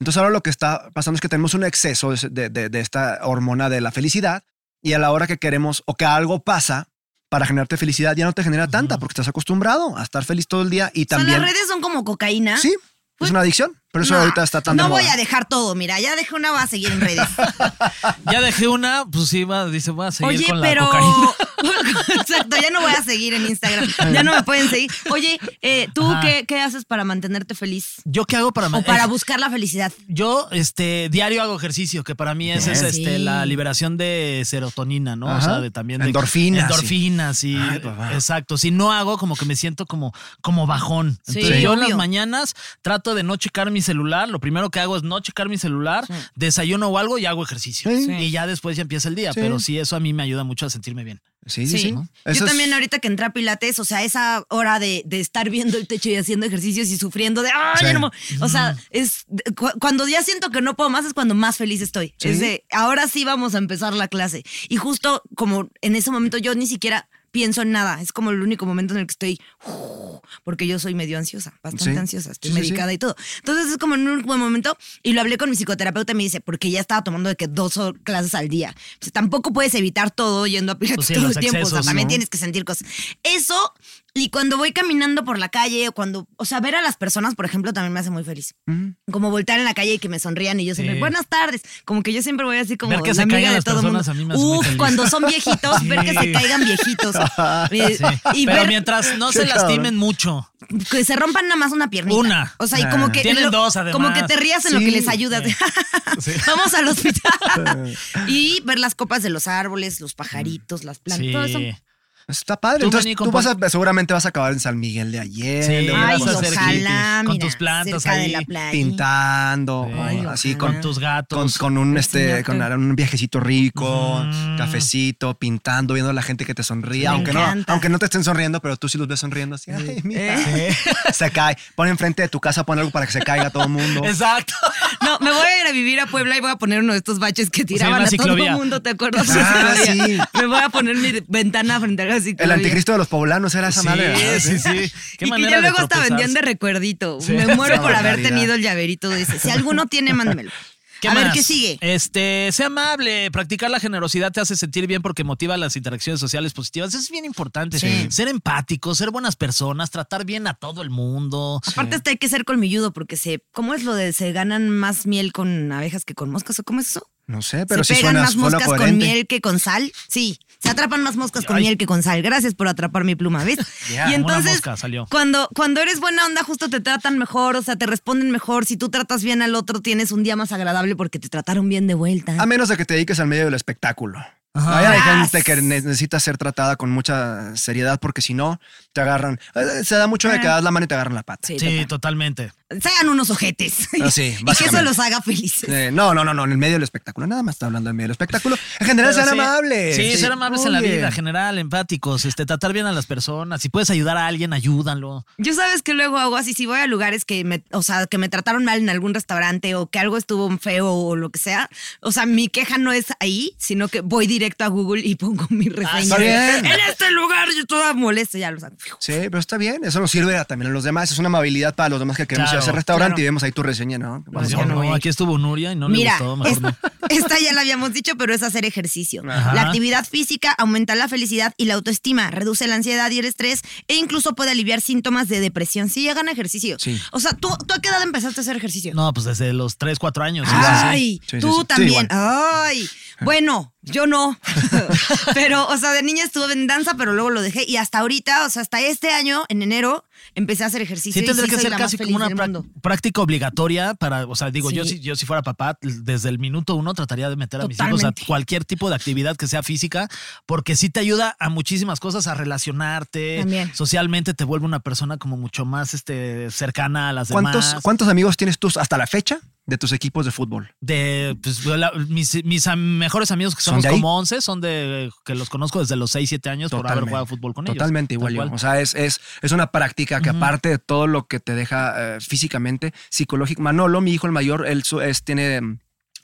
Speaker 2: Entonces ahora lo que está pasando es que tenemos un exceso de, de- de- de esta hormona de la felicidad y a la hora que queremos o que algo pasa para generarte felicidad ya no te genera tanta porque estás acostumbrado a estar feliz todo el día y
Speaker 3: O sea,
Speaker 2: también...
Speaker 3: las redes son como cocaína.
Speaker 2: Sí, es una adicción. Pero eso
Speaker 3: No,
Speaker 2: ahorita está tan... de
Speaker 3: No voy
Speaker 2: moda.
Speaker 3: a dejar todo, mira, ya dejé una, voy a seguir en redes.
Speaker 4: Ya dejé una, pues sí, va, dice, voy a seguir
Speaker 3: Oye,
Speaker 4: con la
Speaker 3: pero.
Speaker 4: cocaína.
Speaker 3: Exacto, ya no voy a seguir en Instagram. Ya no me pueden seguir. Oye, eh, ¿tú
Speaker 4: Ajá.
Speaker 3: qué, qué haces para mantenerte feliz?
Speaker 4: ¿Yo qué hago para... ma-
Speaker 3: O para
Speaker 4: eh,
Speaker 3: buscar la felicidad.
Speaker 4: Yo, este, diario hago ejercicio, que para mí esa es
Speaker 3: Bien.
Speaker 4: este,
Speaker 3: Sí.
Speaker 4: la liberación de serotonina, ¿no? O
Speaker 2: Ajá.
Speaker 4: sea, de también de-
Speaker 2: Endorfinas, sí.
Speaker 4: Endorfinas, sí.
Speaker 2: Ay, papá.
Speaker 4: exacto. Si no hago, como que me siento como, como bajón.
Speaker 3: Sí,
Speaker 4: Entonces, yo en las
Speaker 3: obvio.
Speaker 4: mañanas trato de no checar mi celular. Lo primero que hago es no checar mi celular, desayuno o algo y hago ejercicio.
Speaker 2: Sí.
Speaker 4: Y ya después ya empieza el día.
Speaker 2: Sí.
Speaker 4: Pero sí, eso a mí me ayuda mucho a sentirme bien.
Speaker 2: Sí, sí, sí. Eso
Speaker 3: Yo
Speaker 2: es-
Speaker 3: también ahorita que entré a Pilates, o sea, esa hora de, de estar viendo el techo y haciendo ejercicios y sufriendo de, "Ah, ya
Speaker 2: Sí.
Speaker 3: no mo-". O sea, es cu- cuando ya siento que no puedo más es cuando más feliz estoy.
Speaker 2: Sí.
Speaker 3: Es de, ahora sí vamos a empezar la clase. Y justo como en ese momento yo ni siquiera pienso en nada. Es como el único momento en el que estoy, "Uf", porque yo soy medio ansiosa, bastante
Speaker 2: Sí.
Speaker 3: ansiosa, estoy
Speaker 2: Sí, sí, sí.
Speaker 3: medicada y todo. Entonces es como en un buen momento y lo hablé con mi psicoterapeuta y me dice, porque ya estaba tomando de que dos o- clases al día. Pues, tampoco puedes evitar todo yendo a Pilates
Speaker 4: Pues sí,
Speaker 3: todo
Speaker 4: los
Speaker 3: el tiempo. o sea,
Speaker 4: excesos,
Speaker 3: también
Speaker 4: ¿no?
Speaker 3: tienes que sentir cosas. Eso, y cuando voy caminando por la calle, o cuando, o sea, ver a las personas, por ejemplo, también me hace muy feliz. Como voltar en la calle y que me sonrían y yo siempre,
Speaker 4: Sí.
Speaker 3: buenas tardes. Como que yo siempre voy así como
Speaker 4: Ver que
Speaker 3: la
Speaker 4: se
Speaker 3: amiga
Speaker 4: caigan
Speaker 3: de
Speaker 4: las
Speaker 3: todo
Speaker 4: personas
Speaker 3: mundo.
Speaker 4: a mí me hace muy
Speaker 3: Uf,
Speaker 4: feliz.
Speaker 3: cuando son viejitos, ver que
Speaker 4: Sí.
Speaker 3: se caigan viejitos. Y,
Speaker 4: Sí.
Speaker 3: Eh, y
Speaker 4: pero
Speaker 3: ver
Speaker 4: mientras no
Speaker 2: Qué
Speaker 4: se lastimen
Speaker 2: cabrón.
Speaker 4: mucho.
Speaker 3: que se rompan nada más una piernita.
Speaker 4: Una. Ah.
Speaker 3: O sea, y como que.
Speaker 4: Tienen
Speaker 3: lo-
Speaker 4: dos, además.
Speaker 3: Como que te rías en lo que
Speaker 2: Sí.
Speaker 3: les ayudas. Vamos al hospital. y ver las copas de los árboles, los pajaritos, las plantas.
Speaker 4: Sí.
Speaker 3: todo eso.
Speaker 2: Pues Está padre.
Speaker 4: Tú,
Speaker 2: Entonces,
Speaker 4: Benny,
Speaker 2: tú
Speaker 4: compon-
Speaker 2: vas a- seguramente vas a acabar en San Miguel de ayer,
Speaker 4: Sí,
Speaker 3: Ay,
Speaker 4: vas a hacer
Speaker 3: ojalá,
Speaker 4: hippies, con
Speaker 3: mira,
Speaker 4: tus plantas
Speaker 3: cerca de
Speaker 4: ahí,
Speaker 3: la playa.
Speaker 2: pintando,
Speaker 4: Ay,
Speaker 2: o así
Speaker 3: ojalá.
Speaker 2: con
Speaker 4: Con tus
Speaker 2: Con,
Speaker 4: gatos.
Speaker 2: con un este,
Speaker 3: señor
Speaker 2: con
Speaker 3: que-
Speaker 2: un viajecito rico,
Speaker 4: Ujú.
Speaker 2: cafecito, pintando, viendo a la gente que te sonríe,
Speaker 3: me
Speaker 2: aunque no,
Speaker 3: encanta.
Speaker 2: aunque no te estén sonriendo, pero tú sí los ves sonriendo así. Ay, mira. Se cae. Pon enfrente de tu casa, pon algo para que se caiga todo el mundo.
Speaker 4: Exacto.
Speaker 3: No, me voy a ir a vivir a Puebla y voy a poner uno de estos baches que tiraban
Speaker 4: una
Speaker 3: a todo el
Speaker 4: ciclovía.
Speaker 3: mundo, ¿te acuerdas?
Speaker 2: Ah,
Speaker 3: Ese día.
Speaker 2: sí.
Speaker 3: Me voy a poner mi ventana frente a la
Speaker 2: El
Speaker 3: ciclovía.
Speaker 2: anticristo de los poblanos era esa madre. ¿verdad?
Speaker 4: Sí, sí, sí.
Speaker 3: y que ya luego hasta vendían de recuerdito. Me muero
Speaker 2: Qué
Speaker 3: por haber
Speaker 2: barbaridad.
Speaker 3: tenido el llaverito de ese. Si alguno tiene, mándemelo.
Speaker 4: ¿Qué
Speaker 3: a ver
Speaker 4: más?
Speaker 3: qué sigue.
Speaker 4: Este, sea amable. Practicar la generosidad te hace sentir bien porque motiva las interacciones sociales positivas. Eso es bien importante.
Speaker 3: Sí.
Speaker 4: Ser empático, ser buenas personas, tratar bien a todo el mundo.
Speaker 3: Aparte hasta hay que ser colmilludo porque se, ¿cómo es lo de se ganan más miel con abejas que con moscas o cómo es eso?
Speaker 2: No sé, Eh, pero
Speaker 3: se
Speaker 2: sí
Speaker 3: pegan
Speaker 2: suena,
Speaker 3: más
Speaker 2: suena
Speaker 3: moscas con
Speaker 2: coherente.
Speaker 3: miel que con sal. Sí, se atrapan más moscas con
Speaker 4: Ay.
Speaker 3: miel que con sal. Gracias por atrapar mi pluma, ¿ves?
Speaker 4: Ya,
Speaker 3: y
Speaker 4: como una
Speaker 3: entonces,
Speaker 4: mosca salió.
Speaker 3: Cuando, cuando eres buena onda, justo te tratan mejor, o sea, te responden mejor. Si tú tratas bien al otro, tienes un día más agradable porque te trataron bien de vuelta.
Speaker 2: A menos de que te dediques al medio del espectáculo.
Speaker 4: Ajá.
Speaker 2: Hay
Speaker 3: Ah,
Speaker 2: gente que ne- necesita ser tratada con mucha seriedad porque si no, te agarran. Eh, Se da mucho de que das la mano y te agarran la pata.
Speaker 3: Sí,
Speaker 4: Ah. Sí, totalmente.
Speaker 3: Sean unos ojetes.
Speaker 2: Ah, sí,
Speaker 3: y que eso
Speaker 2: básicamente.
Speaker 3: los haga felices.
Speaker 2: Eh, no, no, no, no, en el medio del espectáculo. Nada más está hablando del medio del espectáculo. En general,
Speaker 4: Pero
Speaker 2: ser
Speaker 4: sí,
Speaker 2: amable.
Speaker 4: Sí, ser amables en la
Speaker 2: Oye.
Speaker 4: vida, general, empáticos, este, tratar bien a las personas. Si puedes ayudar a alguien, ayúdalo.
Speaker 3: Yo sabes que luego hago así, si voy a lugares que me, o sea, que me trataron mal en algún restaurante o que algo estuvo feo o lo que sea, o sea, mi queja no es ahí, sino que voy directo a Google y pongo
Speaker 4: Ah,
Speaker 3: mi reseña.
Speaker 2: está bien.
Speaker 3: En este lugar yo toda molesta, ya lo saco.
Speaker 2: Sí, pero está bien. Eso nos sirve a- también a los demás. Es una amabilidad para los demás que queremos ir
Speaker 4: Claro,
Speaker 2: a ese restaurante
Speaker 4: claro.
Speaker 2: y vemos ahí tu reseña, ¿no? Vamos
Speaker 4: Yo
Speaker 2: a-
Speaker 3: no
Speaker 4: Pues
Speaker 3: voy
Speaker 4: no,
Speaker 3: a ir.
Speaker 4: "Oh, aquí estuvo Nuria y no
Speaker 3: Mira,
Speaker 4: le gustó. Mejor
Speaker 3: es-
Speaker 4: no.
Speaker 3: esta ya la habíamos dicho, pero es hacer ejercicio.
Speaker 4: Ajá.
Speaker 3: La actividad física aumenta la felicidad y la autoestima, reduce la ansiedad y el estrés e incluso puede aliviar síntomas de depresión si hagan ejercicio.
Speaker 2: Sí.
Speaker 3: O sea, ¿tú, ¿tú a qué edad empezaste a hacer ejercicio? Ah,
Speaker 4: No, pues desde los tres, cuatro años. sí, sí, sí.
Speaker 3: Ay,
Speaker 2: Sí, sí,
Speaker 3: tú
Speaker 2: sí. Sí,
Speaker 3: también.
Speaker 2: igual.
Speaker 3: Ay. Bueno, Yo no. pero, o sea, de niña estuve en danza, pero luego lo dejé. Y hasta ahorita, o sea, hasta este año, en enero, empecé a hacer ejercicio.
Speaker 4: Sí,
Speaker 3: y
Speaker 4: tendría que
Speaker 3: soy
Speaker 4: ser
Speaker 3: la más
Speaker 4: casi
Speaker 3: feliz
Speaker 4: como una
Speaker 3: del
Speaker 4: prac-
Speaker 3: mundo.
Speaker 4: práctica obligatoria para, o sea, digo, yo,
Speaker 3: Sí.
Speaker 4: si, yo si fuera papá, desde el minuto uno trataría de meter a mis hijos
Speaker 3: Totalmente.
Speaker 4: a cualquier tipo de actividad que sea física, porque sí te ayuda a muchísimas cosas, a relacionarte,
Speaker 3: También.
Speaker 4: socialmente te vuelve una persona como mucho más este, cercana a las
Speaker 2: ¿Cuántos,
Speaker 4: demás.
Speaker 2: ¿Cuántos amigos tienes tú hasta la fecha de tus equipos de fútbol?
Speaker 4: De, pues, la- mis, mis am- mejores amigos que
Speaker 2: ¿Son
Speaker 4: somos
Speaker 2: de ahí?
Speaker 4: como 11 son de que los conozco desde los 6, 7 años por haber jugado fútbol con
Speaker 2: Totalmente
Speaker 4: ellos.
Speaker 2: igual, yo.
Speaker 4: Tal
Speaker 2: O
Speaker 4: cual.
Speaker 2: sea, es, es, es una práctica que aparte de todo lo que te deja eh, físicamente, psicológico. Manolo, mi hijo el mayor, él su- es, tiene mm,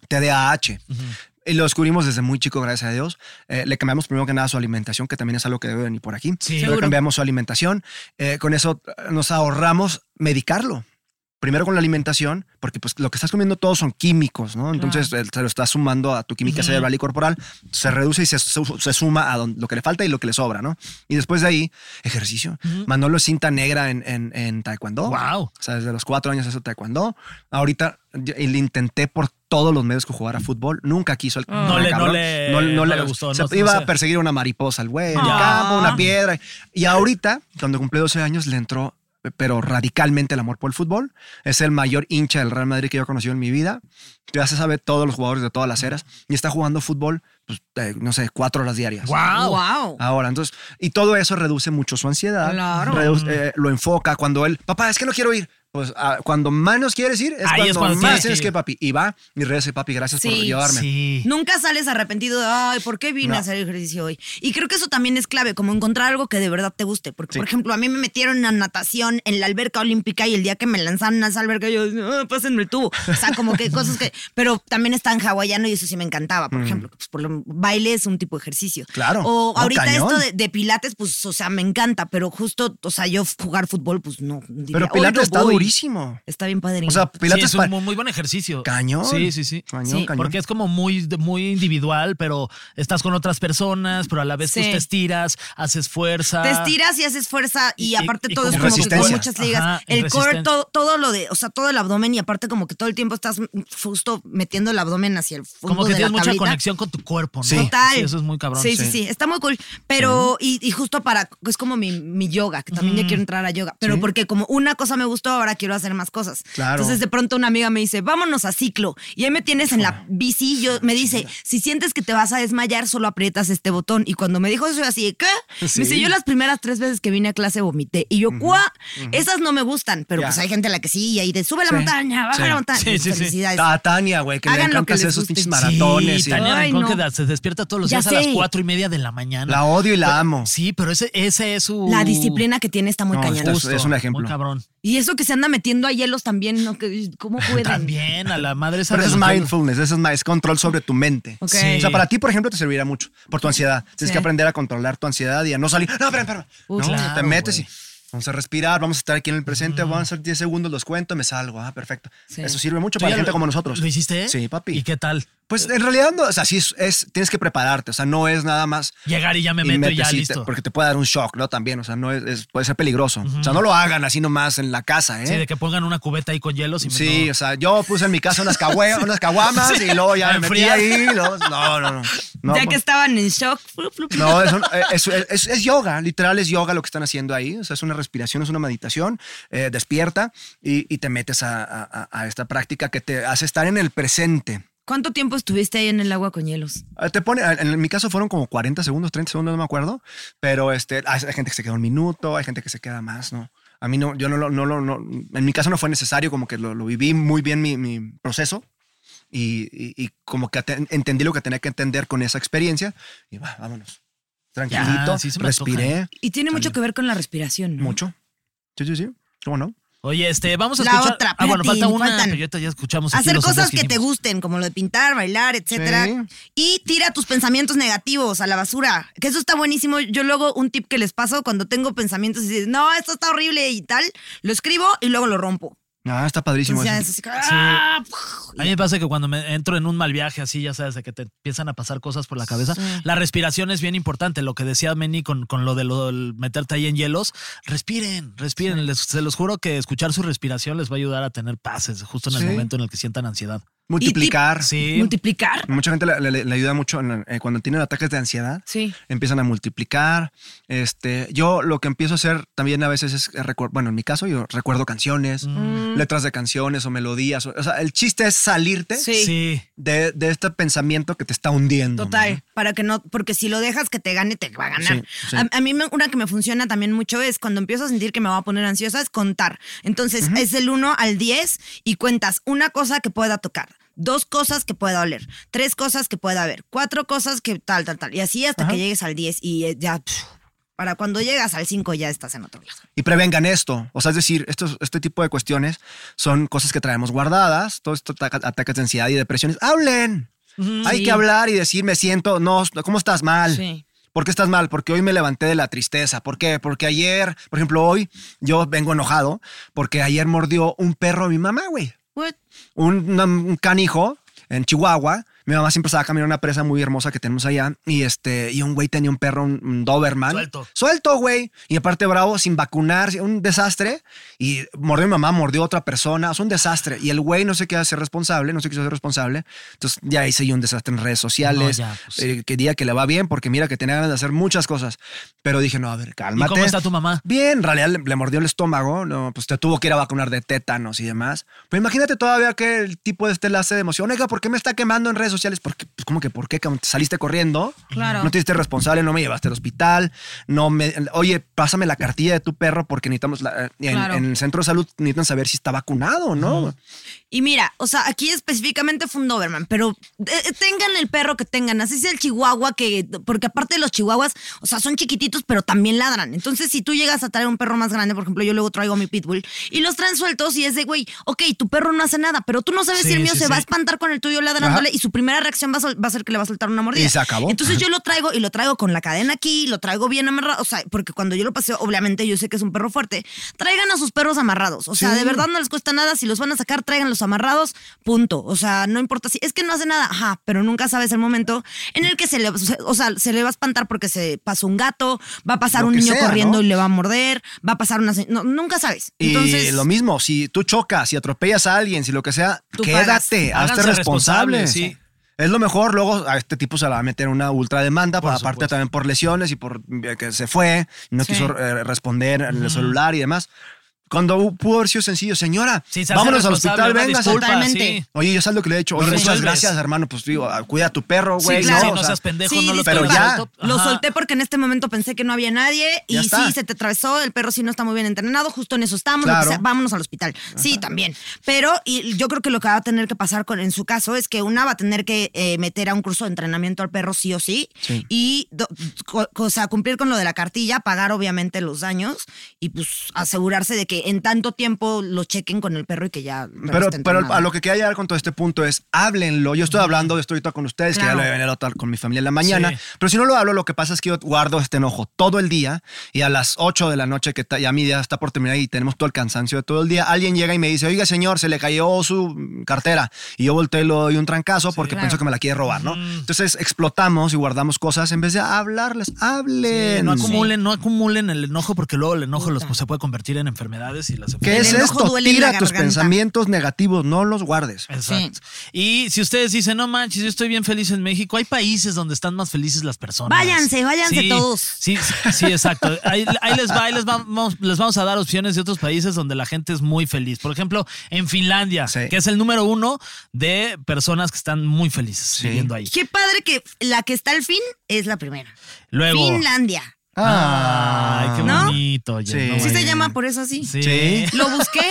Speaker 2: TDAH. Y lo descubrimos desde muy chico, gracias a Dios. Eh, le cambiamos primero que nada su alimentación, que también es algo que debe venir por aquí.
Speaker 4: Sí.
Speaker 2: Luego
Speaker 4: Seguro.
Speaker 2: cambiamos su alimentación. Eh, con eso eh, nos ahorramos medicarlo. Primero con la alimentación, porque pues lo que estás comiendo todos son químicos, ¿no? Entonces eh, te lo estás sumando a tu química cerebral y corporal, se reduce y se, su- se suma a don- lo que le falta y lo que le sobra, ¿no? Y después de ahí, ejercicio. Manolo es cinta negra en, en, en taekwondo.
Speaker 4: Guau.
Speaker 2: O sea, desde los cuatro años hace taekwondo. Ahorita yo- y le intenté por todos los medios que jugara fútbol. Nunca quiso el
Speaker 4: No le- no
Speaker 2: cabrón.
Speaker 4: le- no le gustó,
Speaker 2: o sea,
Speaker 4: no- no
Speaker 2: iba
Speaker 4: sé. Ah.
Speaker 2: a perseguir una mariposa al güey, en el campo, una piedra. Y ahorita, cuando cumplió 12 años, le entró pero radicalmente el amor por el fútbol. Es el mayor hincha del Real Madrid que yo he conocido en mi vida. Ya se sabe todos los jugadores de todas las eras. Y está jugando fútbol, pues, eh, no sé, cuatro horas diarias.
Speaker 4: ¡Guau!
Speaker 3: Wow.
Speaker 2: Ahora, entonces, y todo eso reduce mucho su ansiedad.
Speaker 3: Claro.
Speaker 4: Mm.
Speaker 2: reduce- eh, lo enfoca cuando él, papá, es que no quiero ir. Pues ah, cuando menos quieres ir, es
Speaker 4: Ahí
Speaker 2: cuando,
Speaker 4: es cuando
Speaker 2: más
Speaker 4: tienes
Speaker 2: tienes
Speaker 4: que ir.
Speaker 2: que, papi. Y va y regresa, papi, gracias por
Speaker 3: Sí.
Speaker 2: llevarme.
Speaker 4: Sí.
Speaker 3: Nunca sales arrepentido de, ay, ¿por qué vine a hacer ejercicio hoy? Y creo que eso también es clave, como encontrar algo que de verdad te guste. Porque, por ejemplo, a mí me metieron a natación en la alberca olímpica y el día que me lanzaron a esa alberca, yo, "Ah, pásenme el tubo. O sea, como que cosas que. Pero también está en hawaiano y eso sí me encantaba. Por ejemplo, pues por lo, baile es un tipo de ejercicio.
Speaker 2: Mm. Claro.
Speaker 3: O
Speaker 2: No,
Speaker 3: ahorita
Speaker 2: cañón.
Speaker 3: esto de, de pilates, pues, o sea, me encanta, pero justo, o sea, yo jugar fútbol, pues no. diría,
Speaker 2: Pero
Speaker 3: "Hoy
Speaker 2: Pilates
Speaker 3: no
Speaker 2: está
Speaker 3: voy".
Speaker 2: durísimo.
Speaker 3: Está bien padre.
Speaker 2: O sea, Pilates
Speaker 4: sí, es
Speaker 2: pa-
Speaker 4: un muy, muy buen ejercicio.
Speaker 2: Cañón.
Speaker 4: Sí, sí, sí.
Speaker 2: Cañón,
Speaker 3: Sí.
Speaker 2: cañón.
Speaker 4: Porque es como muy, muy individual, pero estás con otras personas, pero a la vez
Speaker 3: Sí.
Speaker 4: pues, te estiras, haces fuerza.
Speaker 3: Te estiras y haces fuerza y,
Speaker 4: Y-
Speaker 3: aparte
Speaker 4: y
Speaker 3: todo es
Speaker 4: como
Speaker 3: como que con
Speaker 2: resistencia.
Speaker 3: muchas ligas.
Speaker 4: Ajá, y
Speaker 3: el core,
Speaker 4: resistencia.
Speaker 3: todo, todo lo de, o sea, todo el abdomen y aparte como que todo el tiempo estás justo metiendo el abdomen hacia el fondo
Speaker 4: Como que
Speaker 3: de la
Speaker 4: tienes mucha
Speaker 3: tablita.
Speaker 4: conexión con tu cuerpo, ¿no?
Speaker 2: Sí.
Speaker 3: Total.
Speaker 4: eso es muy cabrón.
Speaker 3: Sí, sí, sí, Está muy cool. Pero, y, y justo para, es como mi, mi yoga, que también yo quiero entrar a yoga. Pero porque como una cosa me gustó, ahora quiero hacer más cosas.
Speaker 2: Claro.
Speaker 3: Entonces de pronto una amiga me dice, vámonos a ciclo. Y ahí me tienes en la bici. y Yo, me dice, si sientes que te vas a desmayar, solo aprietas este botón. Y cuando me dijo eso, yo así, de, ¿qué?
Speaker 2: Sí.
Speaker 3: Me dice, yo las primeras tres veces que vine a clase vomité. Y yo, ¿cuá? Esas no me gustan. Pero
Speaker 2: Ya.
Speaker 3: pues hay gente a la que sí. Y ahí de, sube la montaña, baja
Speaker 2: Sí.
Speaker 3: la montaña.
Speaker 4: Sí,
Speaker 3: Pues,
Speaker 4: sí, sí.
Speaker 3: felicidades.
Speaker 2: Ta- Tania, güey, que
Speaker 3: Hagan
Speaker 2: le
Speaker 3: lo que
Speaker 2: encanta hacer
Speaker 3: les
Speaker 2: esos
Speaker 3: guste.
Speaker 2: pinches
Speaker 3: Sí,
Speaker 2: maratones.
Speaker 4: Sí,
Speaker 2: y-
Speaker 4: Tania
Speaker 3: Ay,
Speaker 4: Rincón,
Speaker 3: no.
Speaker 4: que da- se despierta todos los
Speaker 3: Ya
Speaker 4: días a las
Speaker 3: sé.
Speaker 4: cuatro y media de la mañana.
Speaker 2: La odio y la amo.
Speaker 4: Sí, pero ese, ese es su.
Speaker 3: La disciplina que tiene está muy
Speaker 2: No,
Speaker 3: cañona.
Speaker 2: está-
Speaker 4: Justo,
Speaker 2: Es un ejemplo.
Speaker 4: Muy cabrón.
Speaker 3: Y eso que se anda metiendo a hielos también, ¿no? Que- ¿Cómo pueden?
Speaker 4: También a la madre esa
Speaker 2: Pero
Speaker 4: de
Speaker 2: eso es
Speaker 4: los-
Speaker 2: mindfulness, eso es, ma- es control sobre tu mente.
Speaker 3: Ok.
Speaker 2: O sea, para ti, por ejemplo, te servirá mucho por tu ansiedad. Tienes
Speaker 3: Sí.
Speaker 2: que aprender a controlar tu ansiedad y a no salir. No, espera, espera.
Speaker 3: Uy,
Speaker 2: no,
Speaker 3: claro,
Speaker 2: te metes
Speaker 4: güey.
Speaker 2: y vamos a respirar, vamos a estar aquí en el presente, van a ser 10 segundos, los cuento, me salgo. Ah, perfecto.
Speaker 3: Sí.
Speaker 2: Eso sirve mucho
Speaker 4: ¿Tú ya
Speaker 2: para gente
Speaker 4: lo-
Speaker 2: como nosotros.
Speaker 4: ¿Lo hiciste?
Speaker 2: Sí, papi.
Speaker 4: ¿Y qué tal?
Speaker 2: Pues en realidad, no, o sea, sí es, es- tienes que prepararte, o sea, no es nada más.
Speaker 4: Llegar y ya me meto y ya,
Speaker 2: sí,
Speaker 4: listo.
Speaker 2: te- porque te puede dar un shock, ¿no? También, o sea, no es, es- puede ser peligroso. O sea, no lo hagan así nomás en la casa, ¿eh?
Speaker 4: Sí, de que pongan una cubeta ahí con hielos y me-
Speaker 2: Sí,
Speaker 4: no.
Speaker 2: o sea, yo puse en mi casa unas, cagüe- unas caguamas y luego ya
Speaker 4: A
Speaker 2: me metí
Speaker 4: enfriar.
Speaker 2: ahí. y luego- no, no, no. No,
Speaker 3: ya que
Speaker 2: pues,
Speaker 3: estaban en shock. flup, flup.
Speaker 2: no, es, un- eh, es- es- es- es yoga, literal es yoga lo que están haciendo ahí. O sea, es una respiración, es una meditación, eh, despierta y, y te metes a, a- a- a esta práctica que te hace estar en el presente.
Speaker 3: ¿Cuánto tiempo estuviste ahí en el agua con hielos?
Speaker 2: Eh, Te pone, en mi caso fueron como 40 segundos, 30 segundos, no me acuerdo, pero este, hay hay gente que se queda un minuto, hay gente que se queda más, ¿no? A mí no, yo no lo, no lo, no, en mi caso no fue necesario, como que lo, lo viví muy bien mi, mi proceso y, y- y como que aten- entendí lo que tenía que entender con esa experiencia y va, vámonos. Tranquilito,
Speaker 4: sí se me
Speaker 2: respiré
Speaker 3: Y tiene mucho que ver con la respiración. ¿no?
Speaker 2: mucho. Sí, sí, sí. ¿Cómo no?
Speaker 4: Oye, este, vamos a
Speaker 3: La
Speaker 4: escuchar.
Speaker 3: otra,
Speaker 4: ah, bueno,
Speaker 3: espérate,
Speaker 4: falta una,
Speaker 3: faltan.
Speaker 4: pero ya, te- ya escuchamos. aquí
Speaker 3: Hacer
Speaker 4: los otros
Speaker 3: cosas que te
Speaker 4: hicimos.
Speaker 3: gusten, como lo de pintar, bailar, etcétera.
Speaker 2: Sí.
Speaker 3: Y tira tus pensamientos negativos a la basura. Que eso está buenísimo. Yo luego un tip que les paso cuando tengo pensamientos y dices, no, esto está horrible y tal, lo escribo y luego lo rompo.
Speaker 2: Ah, está padrísimo.
Speaker 4: Pues
Speaker 3: Entonces ya
Speaker 2: eso.
Speaker 3: es así, ¡ah!
Speaker 4: A mí me pasa que cuando me entro en un mal viaje así, ya sabes, de que te empiezan a pasar cosas por la cabeza, la respiración es bien importante. Lo que decía Meni con, con lo de lo, del meterte ahí en hielos, respiren, respiren. Les- se los juro que escuchar su respiración les va a ayudar a tener pases justo en el
Speaker 2: Sí.
Speaker 4: momento en el que sientan ansiedad.
Speaker 2: Multiplicar.
Speaker 4: Sí.
Speaker 3: Multiplicar.
Speaker 2: Mucha gente le, le- le ayuda mucho en- eh, cuando tienen ataques de ansiedad.
Speaker 3: Sí.
Speaker 2: Empiezan a multiplicar. Este, yo lo que empiezo a hacer también a veces es recuer- bueno, en mi caso yo recuerdo canciones,
Speaker 3: Mm.
Speaker 2: letras de canciones o melodías. O, o sea, el chiste es salirte
Speaker 3: Sí.
Speaker 4: Sí.
Speaker 2: de, de este pensamiento que te está hundiendo.
Speaker 3: Total,
Speaker 2: ¿no?
Speaker 3: para que no, porque si lo dejas que te gane, te va a ganar.
Speaker 2: Sí, sí.
Speaker 3: A, a mí me- una que me funciona también mucho es cuando empiezo a sentir que me voy a poner ansiosa, es contar. Entonces es del 1 al 10 y cuentas una cosa que pueda tocar. Dos cosas que pueda oler, tres cosas que pueda ver, cuatro cosas que tal, tal, tal. Y así hasta que llegues al 10 y eh, ya, pf, para cuando llegas al 5 ya estás en otro lado.
Speaker 2: y prevengan esto. O sea, es decir, estos, este tipo de cuestiones son cosas que traemos guardadas, todos estos ataca- ataques de ansiedad y depresiones. ¡Hablen! Hay que hablar y decir, me siento, no, ¿cómo estás mal?
Speaker 3: Sí.
Speaker 2: ¿Por qué estás mal? Porque hoy me levanté de la tristeza. ¿Por qué? Porque ayer, por ejemplo, hoy yo vengo enojado porque ayer mordió un perro a mi mamá, güey.
Speaker 3: What?
Speaker 2: Un, una- un canijo en Chihuahua. Mi mamá siempre estaba caminando una presa muy hermosa que tenemos allá. Y este, y un güey tenía un perro, un, un Doberman.
Speaker 4: Suelto.
Speaker 2: Suelto, güey. Y aparte, bravo, sin vacunar, un desastre. Y mordió a mi mamá, mordió a otra persona. Es un desastre. Y el güey no se queda ser responsable, no se quiso ser responsable. Entonces ya hice yo un desastre en redes sociales.
Speaker 4: No, ya, pues,
Speaker 2: Eh, quería que le va bien porque mira que tenía ganas de hacer muchas cosas. Pero dije, no, a ver, cálmate.
Speaker 4: cómo está tu mamá?
Speaker 2: Bien, en realidad le, le mordió el estómago, no, pues te tuvo que ir a vacunar de tétanos y demás. Pero imagínate todavía que el tipo de este la hace de emoción. Oiga, ¿por qué me está quemando en redes sociales? Porque, pues, ¿cómo que por qué? cabrón? Te saliste corriendo.
Speaker 3: Claro.
Speaker 2: No te hiciste responsable, no me llevaste al hospital. No me. Oye, pásame la cartilla de tu perro porque necesitamos. la- eh, en,
Speaker 3: Claro.
Speaker 2: en el centro de salud necesitan saber si está vacunado o no.
Speaker 3: Y mira, o sea, aquí específicamente fue un Doberman, pero eh, tengan el perro que tengan, así sea el chihuahua, que porque aparte de los chihuahuas, o sea, son chiquititos, pero también ladran. Entonces, si tú llegas a traer un perro más grande, por ejemplo, yo luego traigo a mi pitbull, y los traen sueltos y es de, güey, ok, tu perro no hace nada, pero tú no sabes si
Speaker 4: Sí,
Speaker 3: el mío
Speaker 4: sí,
Speaker 3: se va a
Speaker 4: sí.
Speaker 3: espantar con el tuyo ladrándole
Speaker 2: Ajá.
Speaker 3: y su primera reacción va a, sol- va a ser que le va a soltar una mordida.
Speaker 2: Y se acabó.
Speaker 3: Entonces, yo lo traigo y lo traigo con la cadena aquí, lo traigo bien amarrado, o sea, porque cuando yo lo paseo, obviamente yo sé que es un perro fuerte, traigan a sus perros amarrados, o sea, de verdad no les cuesta nada, si los van a sacar, tráiganlos amarrados, punto, o sea, no importa si, es que no hace nada, ajá, pero nunca sabes el momento en el que se le, o sea, se le va a espantar porque se pasó un gato, va a pasar
Speaker 2: Lo
Speaker 3: un
Speaker 2: que
Speaker 3: niño
Speaker 2: sea,
Speaker 3: corriendo
Speaker 2: ¿no?
Speaker 3: y le va a morder, va a pasar una, se- no, nunca sabes,
Speaker 2: Y
Speaker 3: entonces...
Speaker 2: lo mismo, si tú chocas, si atropellas a alguien, si lo que sea,
Speaker 3: Tú pagas.
Speaker 2: quédate, hazte
Speaker 4: Háganse
Speaker 2: responsable.
Speaker 4: responsables, sí.
Speaker 2: Es lo mejor, luego a este tipo se la va a meter una ultra demanda, por aparte
Speaker 4: supuesto.
Speaker 2: también por lesiones y por eh, que se fue, no
Speaker 3: Sí.
Speaker 2: quiso eh, responder en el celular y demás. Cuando hu- pudo haber sido sencillo, señora,
Speaker 4: Sí, se hace
Speaker 2: vámonos al
Speaker 4: responsable,
Speaker 2: hospital,
Speaker 4: una
Speaker 2: venga.
Speaker 4: disculpa,
Speaker 3: Totalmente.
Speaker 4: sí.
Speaker 2: Oye, yo sé lo que le he dicho. Oye, muchas
Speaker 4: resuelves.
Speaker 2: gracias, hermano. Pues digo, ah, cuida a tu perro,
Speaker 4: Sí,
Speaker 2: güey.
Speaker 4: sí,
Speaker 3: claro.
Speaker 4: sí,
Speaker 2: O
Speaker 4: no
Speaker 2: sea,
Speaker 4: seas pendejo,
Speaker 3: Sí,
Speaker 4: no lo
Speaker 3: disculpa.
Speaker 2: Pero ya.
Speaker 4: suelto.
Speaker 3: Lo
Speaker 4: Ajá.
Speaker 3: solté porque en este momento pensé que no había nadie y
Speaker 2: Ya está.
Speaker 3: sí, se te atravesó, el perro sí no está muy bien entrenado, justo en eso estamos, lo que
Speaker 2: Claro.
Speaker 3: sea, vámonos al hospital. Sí, también. Pero y yo creo que lo que va a tener que pasar con, en su caso es que una va a tener que eh, meter a un curso de entrenamiento al perro sí o sí, y do- co- o sea, cumplir con lo de la cartilla, pagar obviamente los daños y pues asegurarse de que en tanto tiempo lo chequen con el perro y que ya... el perro
Speaker 2: Pero,
Speaker 3: esté
Speaker 2: pero
Speaker 3: entrenado.
Speaker 2: a lo que quería llegar con todo este punto es háblenlo. Yo estoy hablando, estoy ahorita con ustedes, que
Speaker 3: Claro.
Speaker 2: ya lo voy a venir a hablar con mi familia en la mañana.
Speaker 4: Sí.
Speaker 2: Pero si no lo hablo, lo que pasa es que yo guardo este enojo todo el día y a las 8 de la noche, que ta- ya mi día está por terminar y tenemos todo el cansancio de todo el día, alguien llega y me dice, oiga, señor, se le cayó su mm, cartera. Y yo volteo y le doy un trancazo porque pienso que me la quiere robar, ¿no? Entonces explotamos y guardamos cosas en vez de hablarles. Hablen.
Speaker 4: No acumulen, no acumulen el enojo porque luego el enojo los- pues, se puede convertir en enfermedades y las
Speaker 2: ¿Qué
Speaker 4: enfermedades.
Speaker 3: El
Speaker 2: es
Speaker 3: enojo
Speaker 2: esto?
Speaker 3: duele en la
Speaker 2: Tira tus
Speaker 3: garganta.
Speaker 2: pensamientos negativos, no los guardes.
Speaker 4: Exacto. Y si ustedes dicen, no manches, yo estoy bien feliz en México, hay países donde están más felices las personas.
Speaker 3: Váyanse, váyanse
Speaker 4: Sí,
Speaker 3: todos.
Speaker 4: Sí, sí, sí, exacto. Ahí, ahí les va, ahí les vamos, les vamos a dar opciones de otros países donde la gente es muy feliz. Por ejemplo, en Finlandia,
Speaker 2: Sí.
Speaker 4: que es el número uno de personas que están muy felices viviendo ahí.
Speaker 3: Qué padre que la que está al fin es la primera.
Speaker 4: Luego.
Speaker 3: Finlandia.
Speaker 2: Ah,
Speaker 4: Ay, qué
Speaker 3: ¿No?
Speaker 4: bonito. oye,
Speaker 2: Sí.
Speaker 4: no
Speaker 3: Sí se
Speaker 4: manches.
Speaker 3: llama por eso así.
Speaker 4: Sí.
Speaker 2: Sí.
Speaker 3: Lo busqué.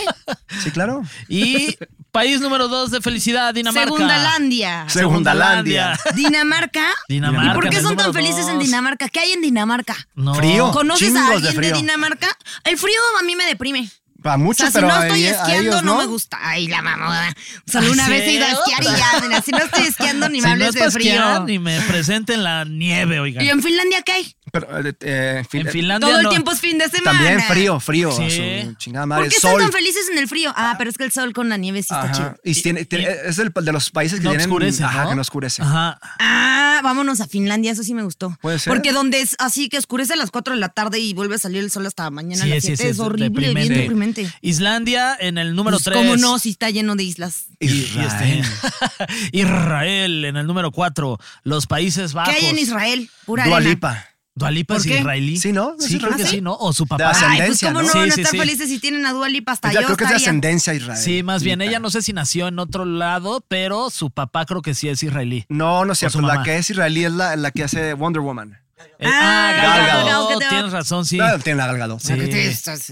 Speaker 2: Sí, claro.
Speaker 4: Y país número dos de felicidad, Dinamarca.
Speaker 3: Segundalandia.
Speaker 2: Segundalandia.
Speaker 3: Dinamarca.
Speaker 4: Dinamarca,
Speaker 3: ¿Y por qué
Speaker 4: el
Speaker 3: son tan
Speaker 4: número
Speaker 3: felices en
Speaker 4: dos.
Speaker 3: Dinamarca? ¿Qué hay en Dinamarca?
Speaker 4: No.
Speaker 2: Frío.
Speaker 3: ¿Conoces
Speaker 2: Chingos
Speaker 3: a
Speaker 2: de
Speaker 3: alguien de,
Speaker 2: frío.
Speaker 3: Dinamarca? El frío a mí me deprime.
Speaker 2: Para
Speaker 3: O sea,
Speaker 2: muchos,
Speaker 3: si
Speaker 2: pero
Speaker 3: no
Speaker 2: a
Speaker 3: estoy
Speaker 2: e- a
Speaker 3: esquiando,
Speaker 2: ellos
Speaker 3: no.
Speaker 2: no.
Speaker 3: me gusta. Ay, la mamada. Solo
Speaker 4: Ay,
Speaker 3: una vez he ido a
Speaker 4: ¿cierto?
Speaker 3: esquiar y ya, mira, si no estoy esquiando ni me
Speaker 4: ¿Ah, Si no es
Speaker 3: hables
Speaker 4: pa'
Speaker 3: de frío.
Speaker 4: esquiar, ni me presenten la nieve, oigan.
Speaker 3: ¿Y en Finlandia qué hay?
Speaker 2: Pero, eh, eh, en fin-
Speaker 4: en Finlandia
Speaker 3: Todo el
Speaker 4: no.
Speaker 3: tiempo es fin de semana.
Speaker 2: También frío, frío.
Speaker 4: Sí.
Speaker 2: a su chingada madre.
Speaker 3: ¿Por qué
Speaker 2: sol.
Speaker 3: están tan felices en el frío? Ah, pero es que el sol con la nieve sí está
Speaker 2: Ajá.
Speaker 3: chido.
Speaker 2: Y tiene- tiene- es el de los países que
Speaker 4: No
Speaker 2: tienen.
Speaker 4: oscurece,
Speaker 2: ajá,
Speaker 4: ¿no?
Speaker 2: que no oscurece.
Speaker 4: Ajá.
Speaker 3: Ah, vámonos a Finlandia, eso sí me gustó.
Speaker 2: Puede ser.
Speaker 3: Porque donde es así que oscurece a las 4 de la tarde y vuelve a salir el sol hasta mañana
Speaker 4: Sí,
Speaker 3: a las
Speaker 4: sí,
Speaker 3: 7
Speaker 4: sí,
Speaker 3: es
Speaker 4: es
Speaker 3: horrible, bien
Speaker 4: deprimente.
Speaker 3: deprimente. Totalmente.
Speaker 4: Islandia en el número
Speaker 3: Pues,
Speaker 4: 3.
Speaker 3: ¿Cómo no? Si está lleno de islas.
Speaker 2: Israel.
Speaker 4: este, Israel en el número 4. Los Países Bajos.
Speaker 3: ¿Qué hay en Israel? Pura
Speaker 2: Dua
Speaker 3: arena.
Speaker 2: Lipa.
Speaker 4: Dualipa
Speaker 3: ¿Por
Speaker 4: es
Speaker 3: qué?
Speaker 4: israelí.
Speaker 2: Sí, ¿no? ¿Es
Speaker 4: Sí, creo
Speaker 2: israelí?
Speaker 4: que ¿Ah, sí, ¿no? O su
Speaker 2: De
Speaker 4: papá.
Speaker 3: Ay,
Speaker 2: ascendencia,
Speaker 3: pues cómo no,
Speaker 2: ¿no?
Speaker 3: van a
Speaker 4: Sí, sí,
Speaker 3: estar
Speaker 4: sí.
Speaker 3: felices si tienen a Dua Lipa hasta
Speaker 2: Ella
Speaker 3: yo
Speaker 2: Pues creo que es de
Speaker 3: estaría.
Speaker 2: ascendencia Israel.
Speaker 4: Sí, más bien, ella no sé si nació en otro lado, pero su papá creo que sí es israelí.
Speaker 2: No, no es
Speaker 4: su
Speaker 2: cierto. La
Speaker 4: mamá.
Speaker 2: que es israelí es la, la que hace Wonder Woman.
Speaker 4: Eh,
Speaker 3: Ah,
Speaker 2: Gal Gadot,
Speaker 3: Gal Gadot.
Speaker 4: Tienes razón, sí.
Speaker 2: No, tiene la galgado.
Speaker 4: Sí.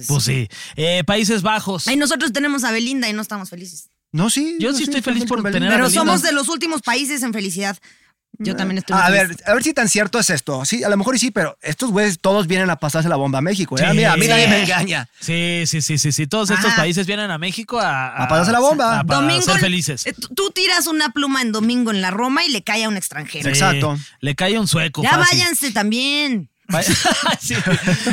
Speaker 4: Pues sí. Eh, Países Bajos.
Speaker 3: Ay, nosotros tenemos a Belinda y no estamos felices.
Speaker 2: No, sí.
Speaker 4: Yo
Speaker 2: no,
Speaker 4: sí estoy feliz por
Speaker 2: con Belinda.
Speaker 4: tener a
Speaker 3: Pero
Speaker 4: Ah, Belinda. Ah,
Speaker 3: somos de los últimos países en felicidad. Yo también estoy
Speaker 2: Ah, A
Speaker 3: feliz.
Speaker 2: ver, a ver si tan cierto es esto. Sí, a lo mejor y sí, pero estos güeyes todos vienen a pasarse la bomba a México. ¿eh?
Speaker 4: Sí.
Speaker 2: Mira, a mí nadie
Speaker 4: Sí.
Speaker 2: me engaña.
Speaker 4: Sí, sí, sí, sí, sí. Todos estos
Speaker 3: Ajá.
Speaker 4: países vienen a México a,
Speaker 2: A pasarse la bomba.
Speaker 4: a- para
Speaker 3: Domingo
Speaker 4: ser
Speaker 3: en-
Speaker 4: felices.
Speaker 3: eh, tú- Tú tiras una pluma en domingo en la Roma y le cae a un
Speaker 4: Sí,
Speaker 3: extranjero.
Speaker 2: Exacto.
Speaker 4: Eh, Le cae un sueco.
Speaker 3: Ya
Speaker 4: fácil.
Speaker 3: váyanse también.
Speaker 4: Va- Sí.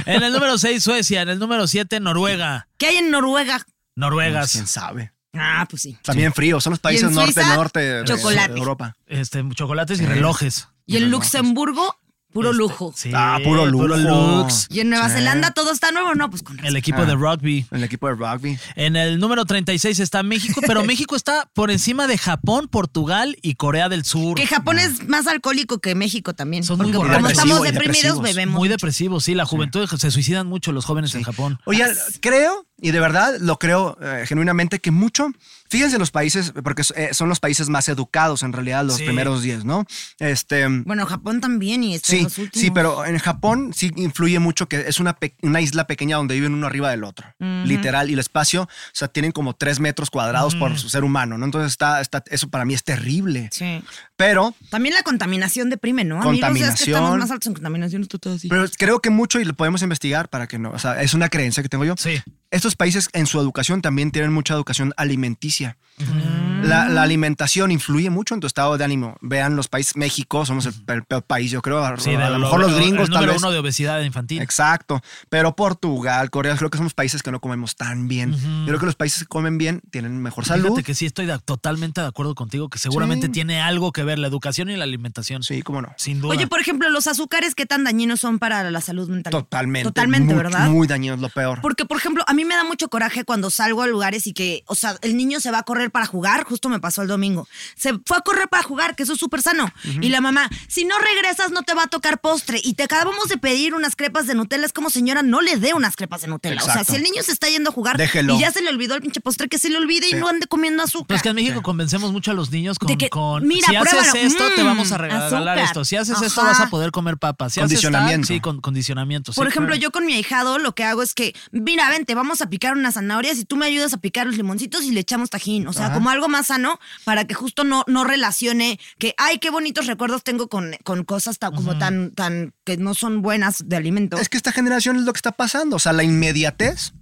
Speaker 4: En el número 6, Suecia. En el número 7, Noruega.
Speaker 3: ¿Qué hay en Noruega?
Speaker 4: Noruega.
Speaker 2: Pues, ¿Quién sabe?
Speaker 3: Ah, pues sí.
Speaker 2: También frío. Son los países
Speaker 3: en
Speaker 2: norte,
Speaker 3: Suiza,
Speaker 2: norte de, de
Speaker 3: chocolate.
Speaker 2: Europa.
Speaker 4: este, chocolates y
Speaker 2: ¿Eh?
Speaker 4: relojes.
Speaker 3: Y en Luxemburgo, puro lujo.
Speaker 4: pues, este, Sí,
Speaker 2: Ah, puro lujo.
Speaker 4: lux.
Speaker 3: Y en Nueva Zelanda todo está nuevo, no, pues con razón.
Speaker 4: El
Speaker 2: Ah.
Speaker 4: equipo de rugby.
Speaker 2: El equipo de rugby.
Speaker 4: En el número 36 está México, pero México está por encima de Japón, Portugal y Corea del Sur.
Speaker 3: Que Japón es más alcohólico que México también.
Speaker 4: Son muy
Speaker 3: porque como
Speaker 4: borrachos.
Speaker 3: estamos
Speaker 2: Depresivos y
Speaker 3: deprimidos,
Speaker 2: depresivos.
Speaker 3: bebemos.
Speaker 4: Muy depresivos, sí. La juventud se suicidan mucho los jóvenes en Japón. Ah,
Speaker 2: Oye, creo, y de verdad lo creo eh, genuinamente, que mucho, fíjense los países, porque eh, son los países más educados en realidad, los
Speaker 4: Sí.
Speaker 2: primeros 10, ¿no? Este,
Speaker 3: Bueno, Japón también y este
Speaker 2: sí,
Speaker 3: los últimos.
Speaker 2: sí, pero en Japón sí influye mucho que es una, pe- una isla pequeña donde viven uno arriba del otro, literal, y el espacio, o sea, tienen como tres metros cuadrados por ser humano, ¿no? Entonces está, está, eso para mí es terrible,
Speaker 3: Mm. Sí.
Speaker 2: pero
Speaker 3: También la contaminación deprime, ¿no? Amigos, es que
Speaker 2: Contaminación.
Speaker 3: estamos más altos en contaminación, esto todo así.
Speaker 2: Pero creo que mucho, y lo podemos investigar para que no, o sea, es una creencia que tengo yo.
Speaker 4: Sí.
Speaker 2: Estos países en su educación también tienen mucha educación alimenticia.
Speaker 3: Mm.
Speaker 2: La, la alimentación influye mucho en tu estado de ánimo. Vean los países, México, somos el pe- peor país, yo creo. A,
Speaker 4: Sí,
Speaker 2: pues a
Speaker 4: de
Speaker 2: lo mejor los gringos
Speaker 4: el
Speaker 2: tal
Speaker 4: número
Speaker 2: vez.
Speaker 4: uno de obesidad infantil.
Speaker 2: Exacto. Pero Portugal, Corea, creo que somos países que no comemos tan bien. Yo creo que los países que comen bien tienen mejor salud.
Speaker 4: Fíjate que sí, estoy de- totalmente de acuerdo contigo, que seguramente
Speaker 2: Sí.
Speaker 4: tiene algo que ver la educación y la alimentación.
Speaker 2: Sí, cómo no.
Speaker 4: Sin duda.
Speaker 3: Oye, por ejemplo, los azúcares, ¿qué tan dañinos son para la salud mental?
Speaker 2: Totalmente.
Speaker 3: Totalmente,
Speaker 2: muy,
Speaker 3: ¿verdad?
Speaker 2: Muy dañino es lo peor.
Speaker 3: Porque, por ejemplo, a mí me da mucho coraje cuando salgo a lugares y que, o sea, el niño se va a correr para jugar, justo me pasó el domingo. Se fue a correr para jugar, que eso es súper sano. Y la mamá, si no regresas, no te va a tocar postre. Y te acabamos de pedir unas crepas de Nutella. Es como, señora, no le dé unas crepas de Nutella. O sea,
Speaker 2: Exacto.
Speaker 3: si el niño se está yendo a jugar
Speaker 2: Déjelo.
Speaker 3: y ya se le olvidó el pinche postre, que se le olvide y no ande comiendo azúcar.
Speaker 4: Pues que en México convencemos mucho a los niños con,
Speaker 3: De que,
Speaker 4: con,
Speaker 3: mira,
Speaker 4: si haces
Speaker 3: pruébalo,
Speaker 4: esto, te
Speaker 3: mm,
Speaker 4: vamos a regalar
Speaker 3: azúcar.
Speaker 4: esto. Si haces esto,
Speaker 3: Ajá.
Speaker 4: vas a poder comer papas. Si haces tal-
Speaker 2: Condicionamiento.
Speaker 4: sí, con condicionamiento.
Speaker 3: Por
Speaker 4: sí,
Speaker 3: ejemplo,
Speaker 4: claro.
Speaker 3: yo con mi ahijado lo que hago es que, mira, vente, vamos a picar unas zanahorias y tú me ayudas a picar los limoncitos y le echamos tajín. O sea, como algo más sano para que justo no, no relacione que, ay, qué bonitos recuerdos tengo con, con cosas tan, como tan, tan, que no son buenas de alimento.
Speaker 2: Es que esta generación es lo que está pasando. O sea, la inmediatez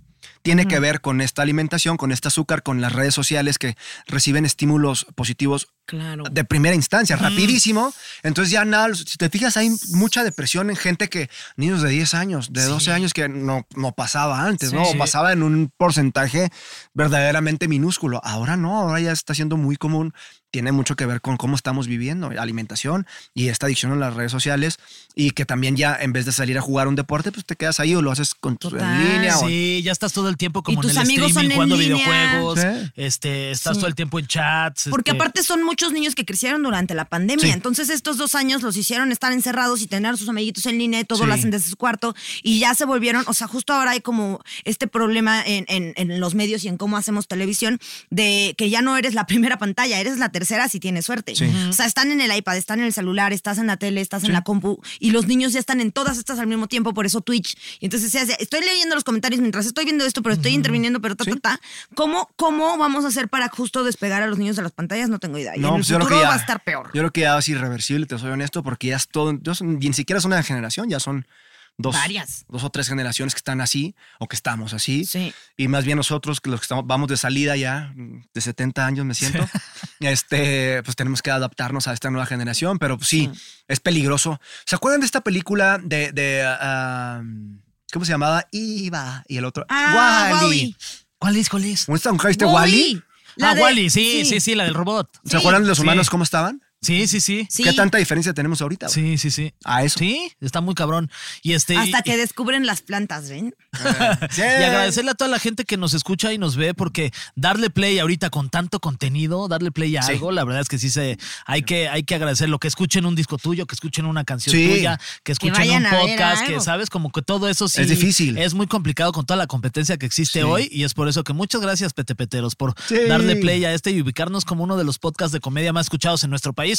Speaker 2: tiene que ver con esta alimentación, con este azúcar, con las redes sociales que reciben estímulos positivos
Speaker 3: Claro.
Speaker 2: de primera instancia, rapidísimo. Entonces ya nada, si te fijas, hay mucha depresión en gente que, niños de 10 años, de 12 años, que no, no pasaba antes,
Speaker 4: Sí,
Speaker 2: ¿no? O
Speaker 4: sí.
Speaker 2: Pasaba en un porcentaje verdaderamente minúsculo. Ahora no, ahora ya está siendo muy común. Tiene mucho que ver con cómo estamos viviendo, alimentación y esta adicción a las redes sociales y que también ya en vez de salir a jugar un deporte, pues te quedas ahí o lo haces con tu,
Speaker 3: Total.
Speaker 2: en línea. o-
Speaker 4: Sí, ya estás todo el tiempo como
Speaker 3: tus
Speaker 4: en el
Speaker 3: amigos son
Speaker 4: streaming,
Speaker 3: en
Speaker 4: jugando
Speaker 3: línea.
Speaker 4: videojuegos,
Speaker 2: Sí.
Speaker 4: este, estás
Speaker 3: Sí.
Speaker 4: todo el tiempo en chats.
Speaker 3: Porque
Speaker 4: este,
Speaker 3: aparte son muchos niños que crecieron durante la pandemia.
Speaker 2: Sí.
Speaker 3: Entonces estos dos años los hicieron estar encerrados y tener a sus amiguitos en línea y todo
Speaker 4: Sí.
Speaker 3: lo hacen desde su cuarto y ya se volvieron, o sea, justo ahora hay como este problema en, en- en los medios y en cómo hacemos televisión de que ya no eres la primera pantalla, eres la tercera si tienes suerte. O sea, están en el iPad, están en el celular, estás en la tele, estás en la compu y los niños ya están en todas estas al mismo tiempo, por eso Twitch. Y entonces se hace, estoy leyendo los comentarios mientras estoy viendo esto, pero estoy interviniendo, pero ta, ta, ta. ¿Cómo, ¿Cómo vamos a hacer para justo despegar a los niños de las pantallas? No tengo idea. Y en el
Speaker 2: pues yo creo
Speaker 3: futuro
Speaker 2: que ya-
Speaker 3: va a estar peor.
Speaker 2: Yo creo que ya es irreversible, te soy honesto, porque ya es todo. ya son- ni siquiera es una generación, ya son dos.
Speaker 3: Varias.
Speaker 2: Dos o tres generaciones que están así o que estamos así.
Speaker 3: Sí.
Speaker 2: Y más bien nosotros, que los que estamos, vamos de salida ya, de 70 años me siento, este, pues tenemos que adaptarnos a esta nueva generación, pero pues, sí, es peligroso. ¿Se acuerdan de esta película de. de, ah, ¿Cómo se llamaba? Iba. Y el otro.
Speaker 3: Ah, Wall-E.
Speaker 4: ¿Cuál es? ¿Cuál es?
Speaker 2: ¿Cómo está? ¿Un Wally?
Speaker 3: Wall-E. La
Speaker 4: ah,
Speaker 3: de-
Speaker 4: Wally, sí, sí, sí, la del robot.
Speaker 2: ¿Se acuerdan de los
Speaker 4: Sí.
Speaker 2: humanos cómo estaban?
Speaker 4: Sí, sí, sí.
Speaker 3: Sí.
Speaker 2: ¿Qué tanta diferencia tenemos ahorita? güey?
Speaker 4: Sí, sí, sí.
Speaker 2: A eso.
Speaker 4: Sí, está muy cabrón. Y este.
Speaker 3: Hasta
Speaker 4: y-
Speaker 3: que descubren las plantas, ¿ven?
Speaker 2: Sí.
Speaker 4: Y agradecerle a toda la gente que nos escucha y nos ve, porque darle play ahorita con tanto contenido, darle play a
Speaker 2: Sí.
Speaker 4: algo, la verdad es que sí se, hay que, hay que agradecerlo, que escuchen un disco tuyo, que escuchen una canción
Speaker 2: Sí.
Speaker 4: tuya, que escuchen un
Speaker 3: vayan a ver
Speaker 4: podcast,
Speaker 3: algo.
Speaker 4: que sabes, como que todo eso sí
Speaker 2: Es difícil.
Speaker 4: Es muy complicado con toda la competencia que existe hoy, y es por eso que muchas gracias, Petepeteros, por
Speaker 2: Sí.
Speaker 4: darle play a este y ubicarnos como uno de los podcasts de comedia más escuchados en nuestro país.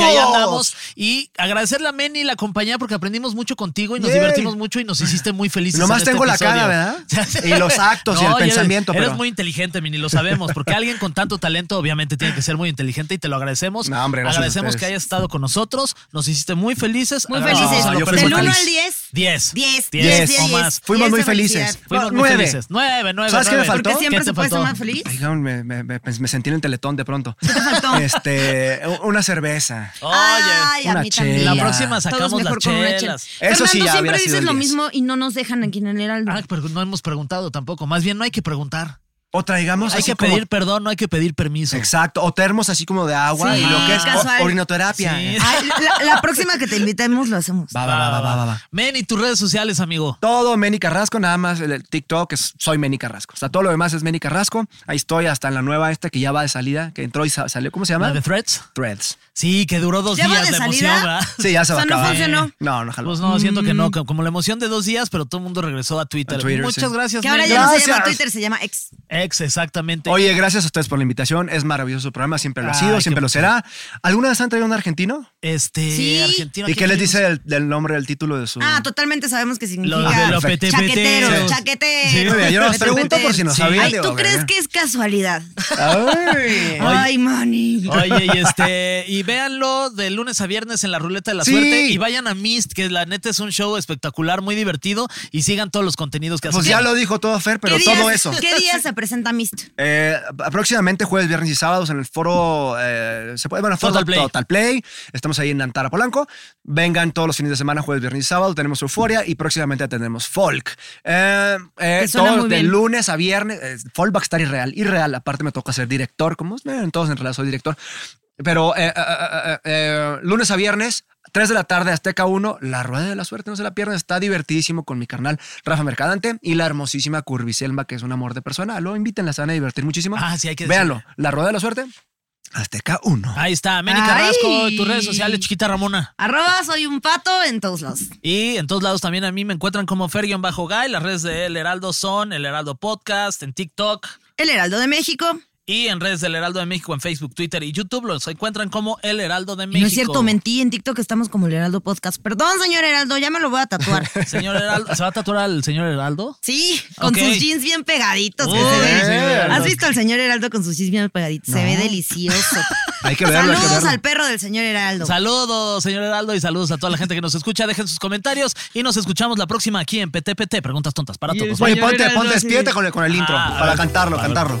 Speaker 2: ¡Vamos!
Speaker 4: ahí andamos. Y agradecerle a Meni y la compañía, porque aprendimos mucho contigo y nos
Speaker 2: Yay.
Speaker 4: divertimos mucho y nos hiciste muy felices.
Speaker 2: Nomás
Speaker 4: en este
Speaker 2: tengo la
Speaker 4: episodio.
Speaker 2: cara, ¿verdad? Y los actos y el
Speaker 4: y eres-
Speaker 2: pensamiento,
Speaker 4: Eres
Speaker 2: pero-
Speaker 4: muy inteligente, Mini, lo sabemos, porque alguien con tanto talento obviamente tiene que ser muy inteligente y te lo agradecemos.
Speaker 2: No, hombre, gracias a
Speaker 4: agradecemos
Speaker 2: ustedes.
Speaker 4: que hayas estado con nosotros, nos hiciste muy felices.
Speaker 3: Muy
Speaker 4: agradecemos
Speaker 3: felices.
Speaker 4: a lo
Speaker 2: yo fui
Speaker 3: Del
Speaker 2: muy
Speaker 3: 1
Speaker 2: feliz.
Speaker 3: al 10.
Speaker 4: 10.
Speaker 3: 10,
Speaker 4: 10,
Speaker 3: 10,
Speaker 4: o más.
Speaker 2: Fuimos
Speaker 3: Y
Speaker 2: muy
Speaker 3: esa
Speaker 2: felices.
Speaker 3: felicidad.
Speaker 4: Fuimos muy
Speaker 2: Nueve.
Speaker 4: felices. 9, 9,
Speaker 2: ¿Sabes qué me faltó?
Speaker 3: Porque siempre
Speaker 4: ¿Qué
Speaker 3: se
Speaker 4: te
Speaker 3: puede ser
Speaker 4: faltó?
Speaker 3: más feliz.
Speaker 2: Oigan, me, me- me- pues, me sentí en el teletón de pronto.
Speaker 3: faltó?
Speaker 2: Este, una cerveza.
Speaker 4: Oye.
Speaker 3: Ay, a
Speaker 2: una
Speaker 3: mí
Speaker 2: chela.
Speaker 3: también.
Speaker 2: La
Speaker 4: próxima sacamos
Speaker 3: Todos mejor
Speaker 4: las
Speaker 3: con una chela.
Speaker 4: chelas.
Speaker 2: Eso sí,
Speaker 3: Fernando,
Speaker 2: ya
Speaker 3: siempre
Speaker 2: hubiera sido
Speaker 3: dices
Speaker 2: el
Speaker 3: lo
Speaker 2: 10.
Speaker 3: mismo y no nos dejan aquí en el Heraldo.
Speaker 4: Ah, pero no hemos preguntado tampoco. Más bien no hay que preguntar.
Speaker 2: O traigamos
Speaker 4: Hay
Speaker 2: así
Speaker 4: que
Speaker 2: como-
Speaker 4: pedir perdón, no hay que pedir permiso.
Speaker 2: Exacto. O termos así como de agua
Speaker 3: Sí,
Speaker 2: y lo que es
Speaker 3: casual.
Speaker 2: o- orinoterapia.
Speaker 4: Sí.
Speaker 3: Ay, la, la próxima que te invitemos lo hacemos.
Speaker 2: Va, va, va, va, va, va, va.
Speaker 4: Men, y tus redes sociales, amigo.
Speaker 2: Todo Meni Carrasco, nada más el, el TikTok es soy Meni Carrasco. O sea, todo lo demás es Meni Carrasco. Ahí estoy hasta en la nueva esta que ya va de salida, que entró y sa- salió. ¿Cómo se
Speaker 4: ¿La
Speaker 2: llama?
Speaker 4: de Threads?
Speaker 2: Threads.
Speaker 4: Sí, que duró dos
Speaker 3: ¿Ya va
Speaker 4: días
Speaker 3: de
Speaker 4: la
Speaker 3: salida?
Speaker 4: emoción, ¿verdad?
Speaker 2: Sí, ya se
Speaker 3: O
Speaker 2: va
Speaker 3: sea, no
Speaker 2: a acabar.
Speaker 3: funcionó.
Speaker 2: No, no jaló.
Speaker 4: Pues no, siento que no,
Speaker 3: Mm.
Speaker 4: como la emoción de dos días, pero todo el mundo regresó a Twitter.
Speaker 2: A Twitter,
Speaker 4: Muchas
Speaker 2: sí.
Speaker 4: gracias,
Speaker 3: Que ahora
Speaker 4: Meni.
Speaker 3: ya no se
Speaker 2: Gracias.
Speaker 3: llama Twitter, se llama ex.
Speaker 4: Ex, exactamente.
Speaker 2: Oye, gracias a ustedes por la invitación. Es maravilloso su programa, siempre lo ha
Speaker 4: Ay,
Speaker 2: sido,
Speaker 4: qué
Speaker 2: siempre lo
Speaker 4: bonito.
Speaker 2: será. ¿Alguna vez han traído un argentino?
Speaker 4: este,
Speaker 3: Sí.
Speaker 4: argentino.
Speaker 2: ¿Y
Speaker 4: ¿quién
Speaker 2: qué les
Speaker 4: tuvimos?
Speaker 2: dice el, del nombre, del título de su.?
Speaker 3: Ah, totalmente sabemos que significa.
Speaker 4: Lo de lo
Speaker 2: Perfecto.
Speaker 3: chaquetero,
Speaker 4: petepeteros.
Speaker 3: chaquetero.
Speaker 4: Sí,
Speaker 2: muy bien, yo nomás pregunto por si no
Speaker 3: Sí.
Speaker 2: sabían,
Speaker 3: Ay,
Speaker 2: digo,
Speaker 3: ¿tú
Speaker 2: que-
Speaker 3: crees que es casualidad?
Speaker 2: Ay.
Speaker 3: Ay, mani.
Speaker 4: Oye, y este, y véanlo de lunes a viernes en la ruleta de la
Speaker 2: Sí.
Speaker 4: suerte y vayan a Mist, que la neta es un show espectacular, muy divertido, y sigan todos los contenidos que hacen.
Speaker 2: Pues ya lo dijo todo Fer, pero
Speaker 3: ¿Qué
Speaker 2: todo
Speaker 3: días-
Speaker 2: eso.
Speaker 3: ¿Qué día se presenta Mist?
Speaker 2: Eh, próximamente jueves, viernes y sábados en el foro, eh, se puede, bueno, foro
Speaker 4: Total Play.
Speaker 2: Play. Estamos ahí en Antara Polanco. Vengan todos los fines de semana, jueves, viernes y sábado. Tenemos Euforia y próximamente tenemos Folk. Eh, eh,
Speaker 3: Que suena
Speaker 2: todo
Speaker 3: muy
Speaker 2: de
Speaker 3: bien.
Speaker 2: lunes a viernes. eh, folk va a estar irreal, irreal. Aparte me toca ser director, como eh, todos en realidad soy director. Pero eh, eh, eh, eh, eh, lunes a viernes. 3 de la tarde, Azteca 1, La Rueda de la Suerte, no se la pierdan, está divertidísimo con mi carnal Rafa Mercadante y la hermosísima Curviselma, que es un amor de persona. Lo invitan, se van a divertir muchísimo.
Speaker 4: Ah, sí, hay que Ah,
Speaker 2: Véanlo, La Rueda de la Suerte, Azteca 1.
Speaker 4: Ahí está, Meni
Speaker 3: Ay.
Speaker 4: Carrasco, tus redes sociales, chiquita Ramona.
Speaker 3: Arroba soy un pato en todos lados.
Speaker 4: Y en todos lados también a mí me encuentran como bajo guy Las redes de El Heraldo son El Heraldo Podcast, en TikTok
Speaker 3: El Heraldo de México.
Speaker 4: y en redes del Heraldo de México, en Facebook, Twitter y YouTube. Los encuentran como El Heraldo de México.
Speaker 3: No es cierto, mentí. En TikTok estamos como el Heraldo Podcast. Perdón, señor Heraldo, ya me lo voy a tatuar.
Speaker 4: Señor Heraldo, ¿se va a tatuar al señor Heraldo?
Speaker 3: Sí, con
Speaker 4: Ok.
Speaker 3: sus jeans bien pegaditos. que
Speaker 4: Uy,
Speaker 3: se ven.
Speaker 4: señor Heraldo.
Speaker 3: ¿Has visto al señor Heraldo con sus jeans bien pegaditos? Se ve delicioso.
Speaker 2: Hay que verlo, hay que
Speaker 3: Saludos
Speaker 2: verlo.
Speaker 3: al perro del señor Heraldo.
Speaker 4: Saludos, señor Heraldo, y saludos a toda la gente que nos escucha. Dejen sus comentarios y nos escuchamos la próxima aquí en PTPT. Preguntas tontas para todos.
Speaker 2: Oye, ponte, ponte, despídete con el, con el intro
Speaker 4: Ah, a
Speaker 2: para
Speaker 4: ver,
Speaker 2: cantarlo,
Speaker 4: a ver.
Speaker 2: cantarlo.